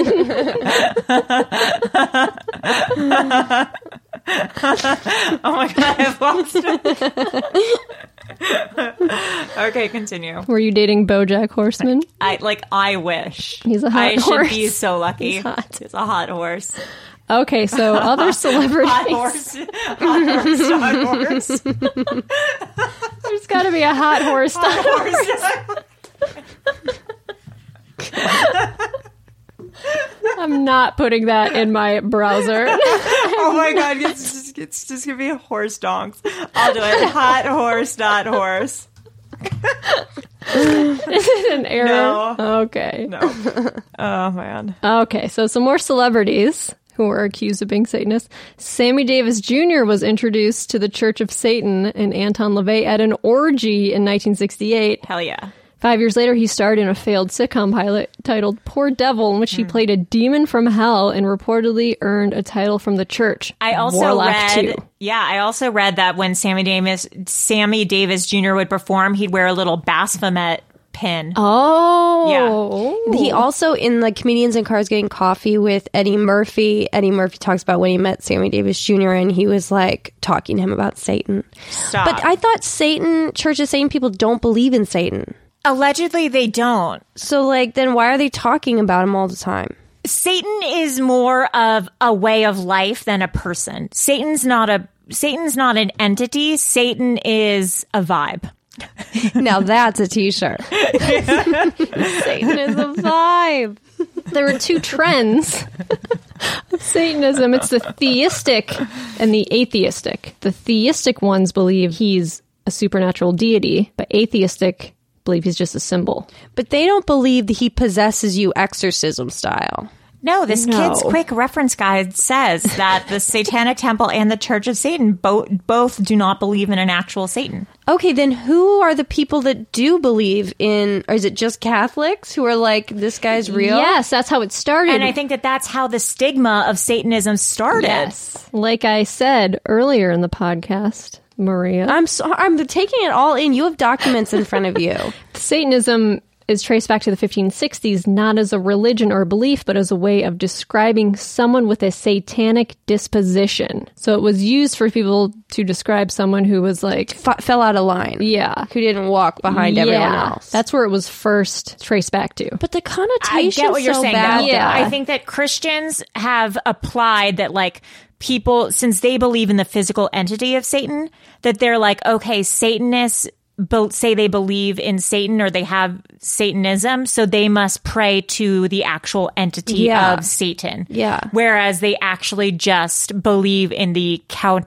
Speaker 2: <laughs> oh my god, I've lost it. <laughs> okay, continue.
Speaker 3: Were you dating BoJack Horseman?
Speaker 2: I like. I wish
Speaker 3: He's a hot
Speaker 2: I should
Speaker 3: horse.
Speaker 2: be so lucky.
Speaker 3: He's hot.
Speaker 2: It's a hot horse.
Speaker 3: Okay,
Speaker 2: <laughs>
Speaker 3: so other
Speaker 2: Hot
Speaker 3: celebrities.
Speaker 10: <laughs>
Speaker 2: horse. Hot horse. Hot <laughs> horse.
Speaker 3: There's got to be a hot horse.
Speaker 2: Hot horse.
Speaker 3: <laughs> I'm not putting that in my
Speaker 2: <laughs>
Speaker 3: browser. <laughs>
Speaker 10: Oh my god, it's just, it's just gonna be horse donks. I'll do it. Hot horse, not horse.
Speaker 3: Is it an error?
Speaker 10: No.
Speaker 3: Okay.
Speaker 10: No. Oh man.
Speaker 3: Okay, so some more celebrities who were accused of being Satanists. Sammy Davis Jr. was introduced to the Church of Satan and Anton LaVey at an orgy in 1968.
Speaker 2: Hell yeah.
Speaker 3: Five years later, he starred in a failed sitcom pilot titled Poor Devil, in which
Speaker 2: Hmm.
Speaker 3: he played a demon from hell and reportedly earned a title from the church.
Speaker 2: I also
Speaker 3: Warlock
Speaker 2: read,
Speaker 3: 2.
Speaker 2: yeah, I also read that when Sammy Davis, Sammy Davis Jr. would perform, he'd wear a little Baphomet pin.
Speaker 4: Oh, yeah. He also in the comedians in cars getting coffee with Eddie Murphy. Eddie Murphy talks about when he met Sammy Davis Jr. and he was like talking to him about Satan.
Speaker 2: Stop.
Speaker 4: But I thought Satan, Church of Satan people don't believe in Satan.
Speaker 2: Allegedly, they don't.
Speaker 4: So like, then why are they talking about him all the time?
Speaker 2: Satan is more of a way of life than a person. Satan's not a Satan's not an entity. Satan is a vibe.
Speaker 4: Now that's a T-shirt.
Speaker 3: Satan is a vibe. There are two trends of Satanism it's the theistic and the atheistic. The theistic ones believe he's a supernatural deity, but atheistic believe he's just a symbol.
Speaker 4: But they don't believe that he possesses you exorcism style.
Speaker 2: No, this kid's quick reference guide says that
Speaker 3: <laughs>
Speaker 2: the Satanic Temple and the Church of Satan both both do not believe in an actual Satan.
Speaker 4: Okay, then who are the people that do believe in, or is it just Catholics who are like, this guy's real?
Speaker 3: Yes, that's how it started.
Speaker 2: And I think that that's how the stigma of Satanism started.
Speaker 3: yes. Like I said earlier in the podcast, Maria,
Speaker 4: I'm so, I'm taking it all in. You have documents in front of you.
Speaker 3: Satanism is traced back to the 1560s not as a religion or belief, but as a way of describing someone with a satanic disposition. So it was used for people to describe someone who was like,
Speaker 4: F- fell out of line.
Speaker 3: yeah.
Speaker 4: Who didn't walk behind everyone
Speaker 3: Yeah.
Speaker 4: else.
Speaker 3: That's where it was first traced back to.
Speaker 4: but the
Speaker 2: I
Speaker 4: connotation
Speaker 2: get what you're
Speaker 4: so
Speaker 2: saying.
Speaker 4: bad.
Speaker 2: though.
Speaker 3: Yeah.
Speaker 2: I think that Christians have applied that like people since they believe in the physical entity of Satan that they're like okay Satanists bo- say they believe in Satan or they have Satanism so they must pray to the actual entity
Speaker 4: Yeah.
Speaker 2: of Satan.
Speaker 4: Yeah.
Speaker 2: Whereas they actually just believe in the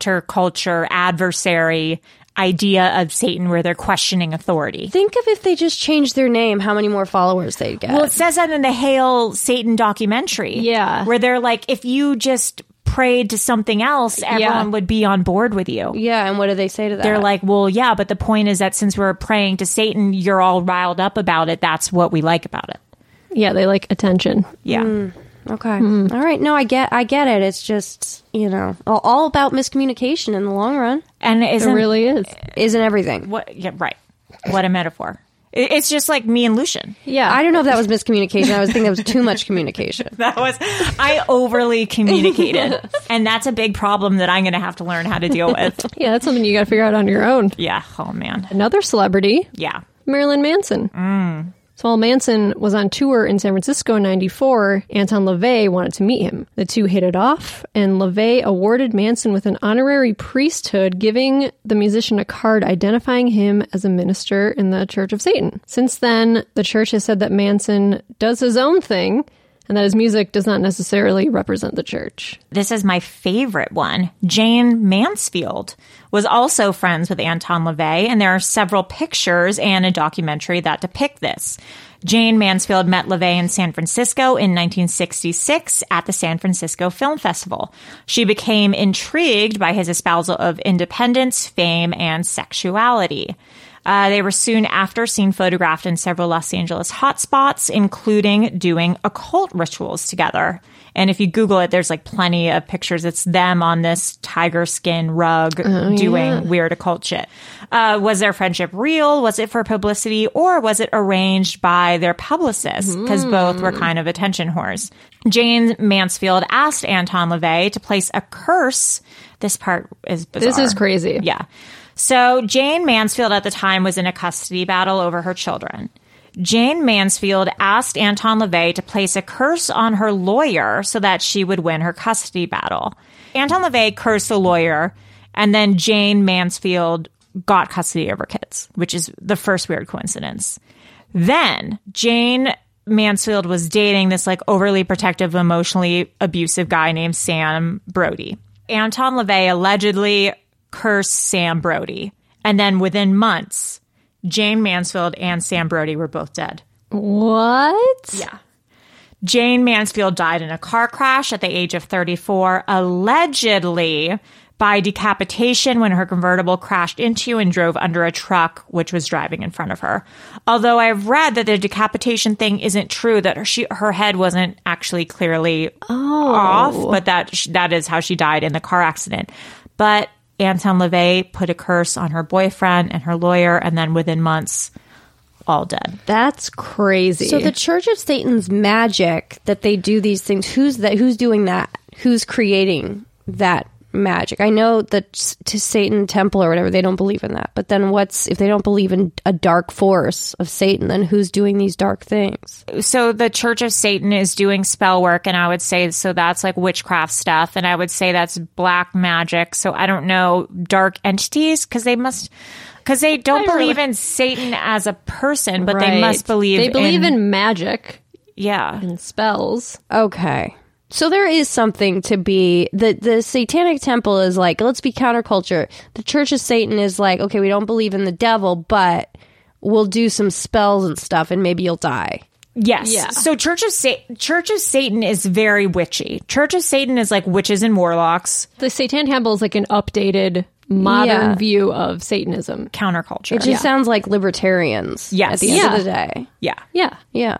Speaker 2: counterculture adversary idea of Satan where they're questioning authority.
Speaker 4: Think of if they just changed their name, how many more followers they'd get.
Speaker 2: Well, it says that in the Hail Satan documentary.
Speaker 3: Yeah.
Speaker 2: Where they're like, if you just prayed to something else, everyone would be on board with you.
Speaker 4: yeah, and what do they say to that?
Speaker 2: They're like, well, yeah, but the point is that since we're praying to Satan, you're all riled up about it. That's what we like about it.
Speaker 3: Yeah, they like attention.
Speaker 2: Yeah.
Speaker 4: Hmm. okay, all right. No, I get, I get it. It's just you know, all, all about miscommunication in the long run,
Speaker 2: And
Speaker 3: It
Speaker 2: isn't
Speaker 3: really is.
Speaker 4: isn't everything?
Speaker 2: what? Yeah, right. What a metaphor. It- It's just like me
Speaker 4: <laughs>
Speaker 2: and Lucian.
Speaker 4: Yeah, I don't know if that was miscommunication. I was thinking that was too much communication. <laughs>
Speaker 2: That was I overly communicated, and that's a big problem that I'm going to have to learn how to deal
Speaker 4: <laughs>
Speaker 2: with.
Speaker 3: yeah, that's something you got to figure out on your own.
Speaker 2: Yeah. Oh man.
Speaker 3: Another celebrity.
Speaker 2: Yeah.
Speaker 3: Marilyn Manson. Mm. So while Manson was on tour in San Francisco in 94, Anton LaVey wanted to meet him. The two hit it off, and LaVey awarded Manson with an honorary priesthood, giving the musician a card identifying him as a minister in the Church of Satan. Since then, the church has said that Manson does his own thing and that his music does not necessarily represent the church.
Speaker 2: This is my favorite one. Jane Mansfield was also friends with Anton LaVey, and there are several pictures and a documentary that depict this. Jane Mansfield met LaVey in San Francisco in 1966 at the San Francisco Film Festival. She became intrigued by his espousal of independence, fame, and sexuality. Uh, they were soon after seen photographed in several Los Angeles hotspots, including doing occult rituals together. And if you Google it, there's like plenty of pictures. It's them on this tiger skin rug
Speaker 3: Oh,
Speaker 2: doing
Speaker 3: yeah.
Speaker 2: weird occult shit. Uh, was their friendship real? Was it for publicity or was it arranged by their publicist? Because both were kind of attention whores. Jane Mansfield asked Anton LaVey to place a curse. This part is bizarre.
Speaker 3: This is crazy.
Speaker 2: Yeah. So Jane Mansfield at the time was in a custody battle over her children. Jane Mansfield asked Anton LaVey to place a curse on her lawyer so that she would win her custody battle. Anton LaVey cursed the lawyer, and then Jane Mansfield got custody of her kids, which is the first weird coincidence. Then Jane Mansfield was dating this like overly protective, emotionally abusive guy named Sam Brody. Anton LaVey allegedly cursed Sam Brody. And then within months, Jane Mansfield and Sam Brody were both dead.
Speaker 3: What?
Speaker 2: Yeah. Jane Mansfield died in a car crash at the age of 34, allegedly by decapitation when her convertible crashed into and drove under a truck which was driving in front of her. Although I've read that the decapitation thing isn't true that her, she, her head wasn't actually clearly off, but that sh- that is how she died in the car accident. But Anton LaVey put a curse on her boyfriend and her lawyer and then within months all dead.
Speaker 3: That's crazy.
Speaker 4: So the Church of Satan's magic that they do these things. Who's that? Who's doing that? Who's creating that magic? I know that s- to Satan temple or whatever they don't believe in that. But then what's if they don't believe in a dark force of Satan? Then who's doing these dark things?
Speaker 2: so the Church of Satan is doing spell work, and I would say so that's like witchcraft stuff, and I would say that's black magic. So I don't know dark entities because they must because they don't
Speaker 3: I really-
Speaker 2: believe in Satan as a person, but they
Speaker 3: Right.
Speaker 2: must believe
Speaker 3: They believe in magic.
Speaker 2: yeah
Speaker 3: and spells.
Speaker 4: Okay. So there is something to be the the satanic temple is like let's be counterculture. The church of Satan is like okay, we don't believe in the devil, but we'll do some spells and stuff and maybe you'll die.
Speaker 2: Yes.
Speaker 4: Yeah.
Speaker 2: So Church of Sa- Church of Satan is very witchy. Church of Satan is like witches and warlocks,
Speaker 3: The Satan Temple is like an updated modern
Speaker 4: Yeah.
Speaker 3: view of Satanism.
Speaker 2: counterculture.
Speaker 4: It just sounds like libertarians
Speaker 2: Yes.
Speaker 4: at the end
Speaker 3: Yeah.
Speaker 4: of the day.
Speaker 2: yeah.
Speaker 3: Yeah.
Speaker 4: Yeah.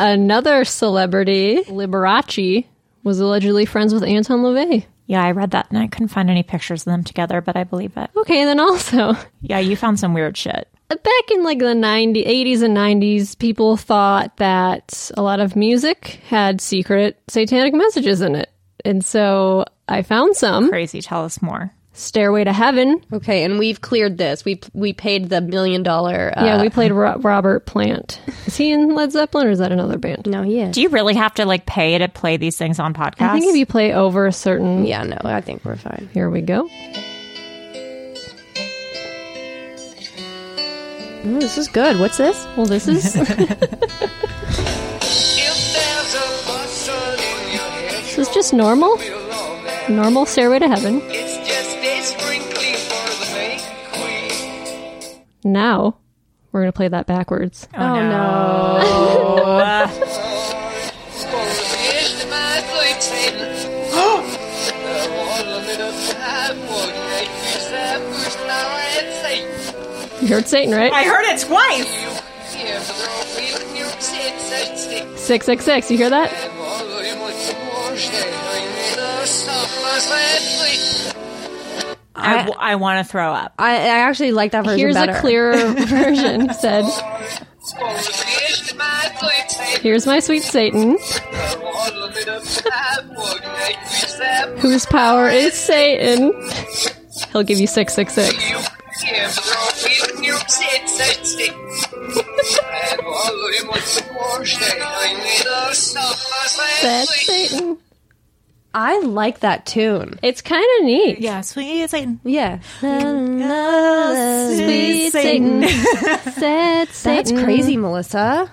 Speaker 3: Another celebrity, Liberace, was allegedly friends with Anton LaVey.
Speaker 2: Yeah, I read that and I couldn't find any pictures of them together, but I believe it.
Speaker 3: Okay, and then also <laughs>
Speaker 2: Yeah, you found some weird shit.
Speaker 3: back in like the 90, 80s and 90s, people thought that a lot of music had secret satanic messages in it. And so I found some.
Speaker 2: Crazy. Tell us more.
Speaker 3: Stairway to Heaven.
Speaker 4: Okay, and we've cleared this. We we paid the million dollar. Uh,
Speaker 3: yeah, we played Ro- Robert Plant. Is he in Led Zeppelin or is that another band?
Speaker 4: No, he is.
Speaker 2: Do you really have to like pay to play these things on podcasts?
Speaker 3: I think if you play over a certain.
Speaker 4: yeah, no, I think we're fine.
Speaker 3: Here we go.
Speaker 4: Ooh, this is good. What's this?
Speaker 3: Well, this is. This is just normal. Normal Stairway to Heaven. Now, we're going to play that backwards.
Speaker 2: Oh, no.
Speaker 3: <laughs> You heard Satan, right?
Speaker 10: I heard it twice.
Speaker 3: 666, you hear that?
Speaker 2: I, w- I want to throw up.
Speaker 4: I, I actually like that version
Speaker 3: Here's a
Speaker 4: better.
Speaker 3: clearer version. Said, "Here's my sweet Satan, whose power is Satan." He'll give you six six six.
Speaker 4: Said Satan. I like that tune. It's kind of neat.
Speaker 2: Yeah, sweet Satan.
Speaker 4: Yeah.
Speaker 2: sweet
Speaker 4: Sweet
Speaker 2: Satan.
Speaker 4: Satan.
Speaker 2: <laughs>
Speaker 4: Said Satan. That's crazy, Melissa.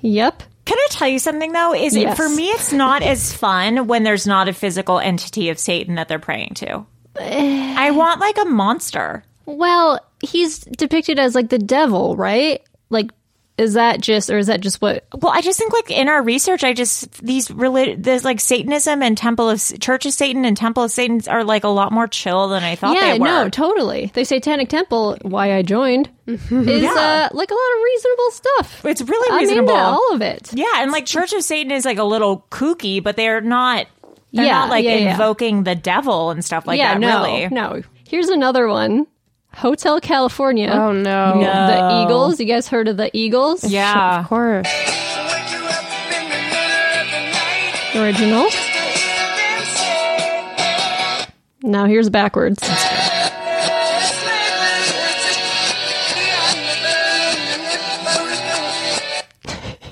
Speaker 3: Yep.
Speaker 2: Can I tell you something though? Is it
Speaker 3: Yes.
Speaker 2: for me? It's not as fun when there's not a physical entity of Satan that they're
Speaker 3: <sighs>
Speaker 2: praying to. I want like a monster.
Speaker 3: Well, he's depicted as like the devil, right? Like, is that just, or is that just what?
Speaker 2: Well, I just think like in our research, I just these relig- this like Satanism and Temple of Church of Satan and Temple of Satan are like a lot more chill than I thought
Speaker 3: yeah,
Speaker 2: they were.
Speaker 3: no, totally. The Satanic Temple, why I joined, is
Speaker 2: Mm-hmm.
Speaker 3: uh, like a lot of reasonable stuff.
Speaker 2: It's really
Speaker 3: I'm
Speaker 2: reasonable.
Speaker 3: into all of it.
Speaker 2: Yeah, and like Church of Satan is like a little kooky, but they're not. They're
Speaker 3: Yeah,
Speaker 2: not like
Speaker 3: yeah, yeah.
Speaker 2: invoking the devil and stuff like
Speaker 3: yeah,
Speaker 2: that.
Speaker 3: no,
Speaker 2: really,
Speaker 3: no. Here's another one. Hotel California.
Speaker 4: Oh, no. No.
Speaker 3: The Eagles. You guys heard of the Eagles?
Speaker 2: Yeah. Of
Speaker 4: course.
Speaker 3: Original. Now here's
Speaker 4: <laughs>
Speaker 3: backwards.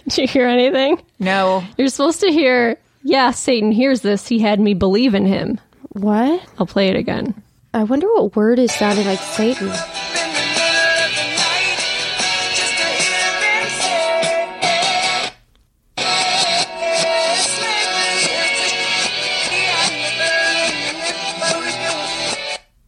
Speaker 3: Did you hear anything?
Speaker 2: No.
Speaker 3: You're supposed to hear, yeah, Satan hears this. He had me believe in him.
Speaker 4: What?
Speaker 3: I'll play it again.
Speaker 4: I wonder what word is sounding like Satan.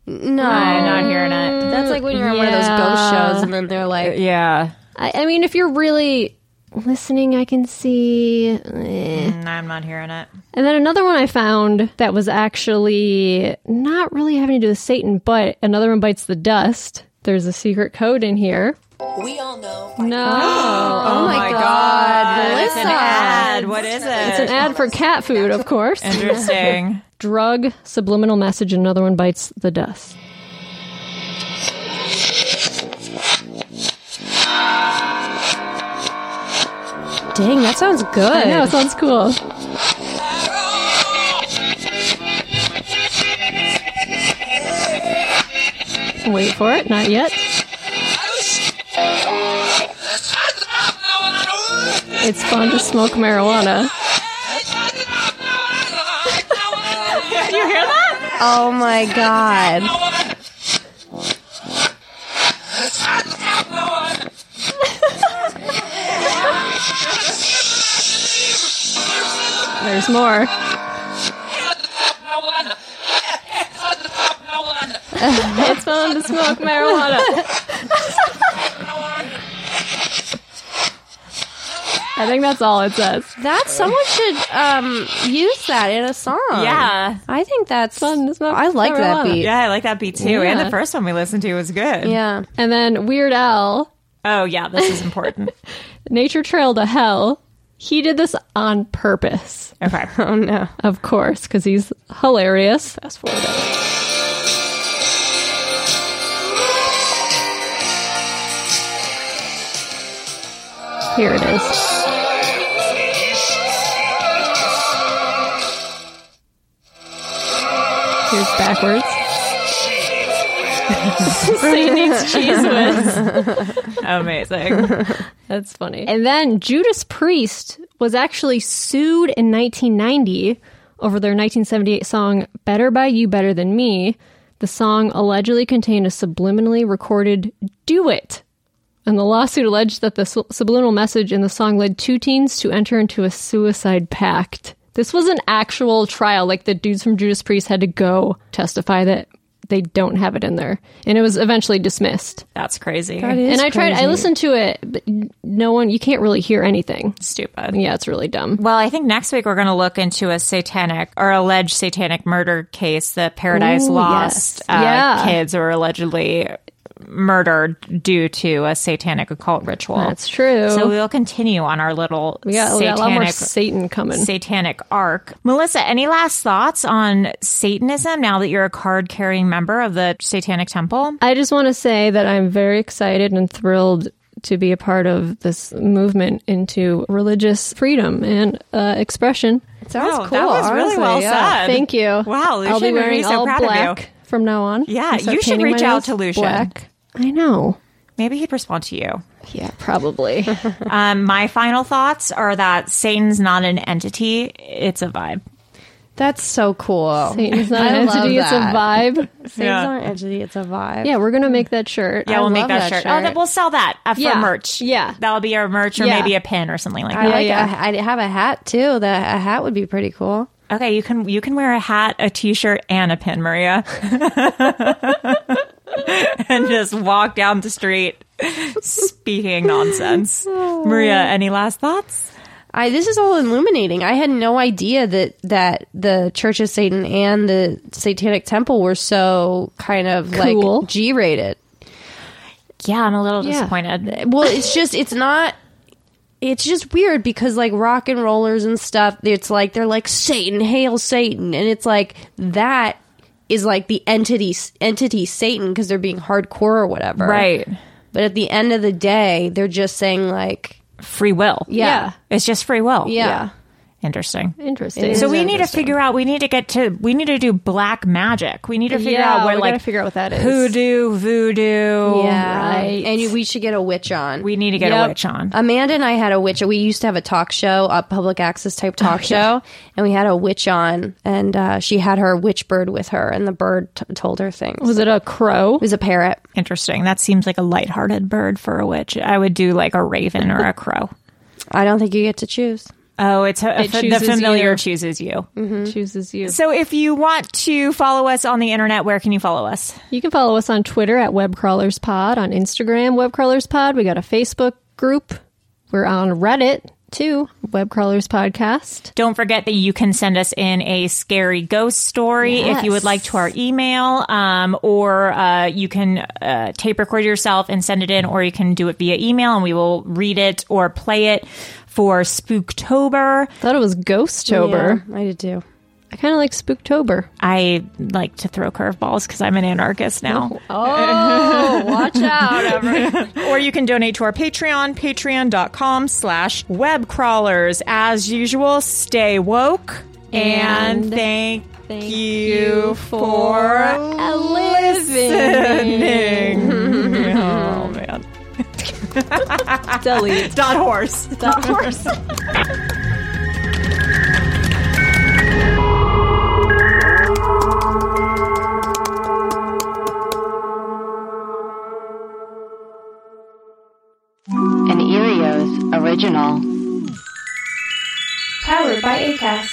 Speaker 4: No,
Speaker 2: I'm not hearing it.
Speaker 4: That's like when you're on one of those ghost
Speaker 3: Yeah.
Speaker 4: shows, and then they're like,
Speaker 2: Yeah,
Speaker 3: I, I mean, if you're really listening, I can see. eh.
Speaker 2: Mm, I'm not hearing it.
Speaker 3: And then another one I found that was actually not really having to do with Satan, but another one bites the dust. There's a secret code in here.
Speaker 13: We all know.
Speaker 3: No.
Speaker 4: <gasps> "Oh my god,
Speaker 2: It's an
Speaker 4: Melissa!"
Speaker 2: ad. What is it?
Speaker 3: It's an ad for cat food, of course.
Speaker 2: Interesting.
Speaker 3: Drug, subliminal message, and another one bites the dust.
Speaker 4: Dang, that sounds good.
Speaker 3: I
Speaker 4: <laughs>
Speaker 3: know, it sounds cool. Wait for it, not yet. It's fun to smoke marijuana.
Speaker 2: you hear that?
Speaker 4: Oh my god.
Speaker 3: There's more. it's fun to smoke marijuana. <laughs> I think that's all it says.
Speaker 4: That someone should um use that in a song.
Speaker 2: Yeah.
Speaker 4: I think that's
Speaker 3: fun.
Speaker 4: I like that beat.
Speaker 2: <laughs> Yeah, I like that beat too. And the
Speaker 3: Yeah.
Speaker 2: first one we listened to was good.
Speaker 4: Yeah.
Speaker 3: And then Weird Al,
Speaker 2: Oh yeah, this is <laughs> important.
Speaker 3: Nature Trail to Hell. He did this on purpose,
Speaker 2: okay.
Speaker 4: Oh no.
Speaker 3: of course, because he's hilarious. Fast forward. Here it is. Here's backwards. Satan eats cheese
Speaker 2: <laughs>
Speaker 3: whiz.
Speaker 2: Amazing.
Speaker 3: That's funny. And then Judas Priest was actually sued in 1990 over their 1978 song Better by You Better Than Me. The song allegedly contained a subliminally recorded Do It. And the lawsuit alleged that the su- subliminal message in the song led two teens to enter into a suicide pact. This was an actual trial. Like the dudes from Judas Priest had to go testify that they don't have it in there. And it was eventually dismissed
Speaker 2: That's crazy.
Speaker 3: and I tried. I listened to it, but no one. You can't really hear anything.
Speaker 2: Stupid.
Speaker 3: Yeah, it's really dumb.
Speaker 2: Well, I think next week we're going to look into a satanic or alleged satanic murder case, the Paradise
Speaker 3: Ooh, yes.
Speaker 2: Lost uh,
Speaker 3: Yeah.
Speaker 2: kids who were allegedly murdered due to a satanic occult ritual.
Speaker 3: That's true.
Speaker 2: So we'll continue on our little
Speaker 3: Oh. We got- we got
Speaker 2: satanic
Speaker 3: a lot more Satan coming.
Speaker 2: Satanic arc. Melissa, any last thoughts on Satanism now that you're a card carrying member of the Satanic Temple?
Speaker 3: I just want to say that I'm very excited and thrilled to be a part of this movement into religious freedom and uh, expression. It
Speaker 2: sounds Wow, that cool, was really honestly, well yeah. said.
Speaker 3: Thank you.
Speaker 2: Wow,
Speaker 3: I'll
Speaker 2: Lucia
Speaker 3: be
Speaker 2: would be
Speaker 3: wearing
Speaker 2: so
Speaker 3: all
Speaker 2: proud of you.
Speaker 3: black from now on.
Speaker 2: Yeah,
Speaker 3: I'll start
Speaker 2: you should
Speaker 3: painting my
Speaker 2: reach out
Speaker 3: nails
Speaker 2: to Lucia.
Speaker 3: Black. I know.
Speaker 2: Maybe he'd respond to you.
Speaker 3: Yeah, <laughs> probably.
Speaker 2: um, my final thoughts are that Satan's not an entity, it's a vibe.
Speaker 4: That's so cool.
Speaker 3: Satan's not
Speaker 4: I
Speaker 3: an
Speaker 4: love
Speaker 3: entity, it's a
Speaker 4: that.
Speaker 3: vibe.
Speaker 4: Satan's
Speaker 2: Yeah.
Speaker 4: not an entity, it's a vibe.
Speaker 3: Yeah, we're gonna make that shirt.
Speaker 2: Yeah,
Speaker 3: I
Speaker 2: we'll make
Speaker 3: love
Speaker 2: that, shirt. Oh, then we'll sell that uh, for
Speaker 3: Yeah.
Speaker 2: merch. Yeah, that'll be our merch, or
Speaker 3: Yeah.
Speaker 2: maybe a pin or something like
Speaker 4: I
Speaker 2: that.
Speaker 4: like yeah. I have a hat too. That a hat would be pretty cool.
Speaker 2: Okay, you can you can wear a hat, a t-shirt, and a pin, Maria, <laughs> and just walk down the street speaking nonsense. Maria, any last thoughts?
Speaker 4: I this is all illuminating. I had no idea that that the Church of Satan and the Satanic Temple were so kind of
Speaker 3: Cool.
Speaker 4: like G rated.
Speaker 2: Yeah, I'm a little
Speaker 4: Yeah.
Speaker 2: disappointed.
Speaker 4: Well, it's just it's not. It's just weird because like rock and rollers and stuff. It's like they're like Satan, hail Satan, and it's like that is like the entity entity Satan because they're being hardcore or whatever,
Speaker 2: Right.
Speaker 4: But at the end of the day, they're just saying like,
Speaker 2: Free will.
Speaker 4: Yeah.
Speaker 2: it's just free will.
Speaker 4: yeah,
Speaker 2: interesting.
Speaker 3: Interesting.
Speaker 2: So we need to figure out. We need to get to. We need to do black magic. We need to figure
Speaker 3: Yeah,
Speaker 2: out where
Speaker 3: we gotta
Speaker 2: like
Speaker 3: figure out what that is.
Speaker 2: hoodoo, voodoo.
Speaker 3: Right.
Speaker 4: and you- we should get a witch on.
Speaker 2: we need to get
Speaker 4: Yep.
Speaker 2: a witch on.
Speaker 4: Amanda and I had a witch. We used to have a talk show, a public access
Speaker 3: <laughs>
Speaker 4: type talk show, and we had a witch on, and uh, she had her witch bird with her, and the bird t- told her things.
Speaker 3: Was it a crow?
Speaker 4: It was a parrot.
Speaker 2: Interesting. That seems like a lighthearted bird for a witch. I would do like a raven <laughs> or a crow.
Speaker 4: I don't think you get to choose.
Speaker 2: Oh, it's a,
Speaker 3: It
Speaker 2: fa- the
Speaker 3: chooses
Speaker 2: familiar
Speaker 3: you. Mm.
Speaker 2: chooses you.
Speaker 3: Chooses you.
Speaker 2: So if you want to follow us on the internet, where can you follow us?
Speaker 3: You can follow us on Twitter at WebCrawlersPod, on Instagram, WebCrawlersPod. We got a Facebook group. We're on Reddit too, WebCrawlers Podcast.
Speaker 2: Don't forget that you can send us in a scary ghost story if you would
Speaker 3: Yes.
Speaker 2: like to our email, um, or uh, you can uh, tape record yourself and send it in, or you can do it via email and we will read it or play it for Spooktober.
Speaker 3: Thought it was Ghosttober.
Speaker 4: Yeah, I did too.
Speaker 3: I kind of like Spooktober.
Speaker 2: I like to throw curveballs because I'm an anarchist now.
Speaker 3: Oh, <laughs> watch out,
Speaker 2: or you can donate to our patreon patreon.com slash webcrawlers as usual stay woke and,
Speaker 3: And
Speaker 2: thank,
Speaker 3: thank
Speaker 2: you
Speaker 3: you
Speaker 2: for
Speaker 3: for listening.
Speaker 2: <laughs> listening. oh man
Speaker 3: Delete.
Speaker 2: dot horse dot horse
Speaker 1: An Erios original.
Speaker 10: Powered by ACAST.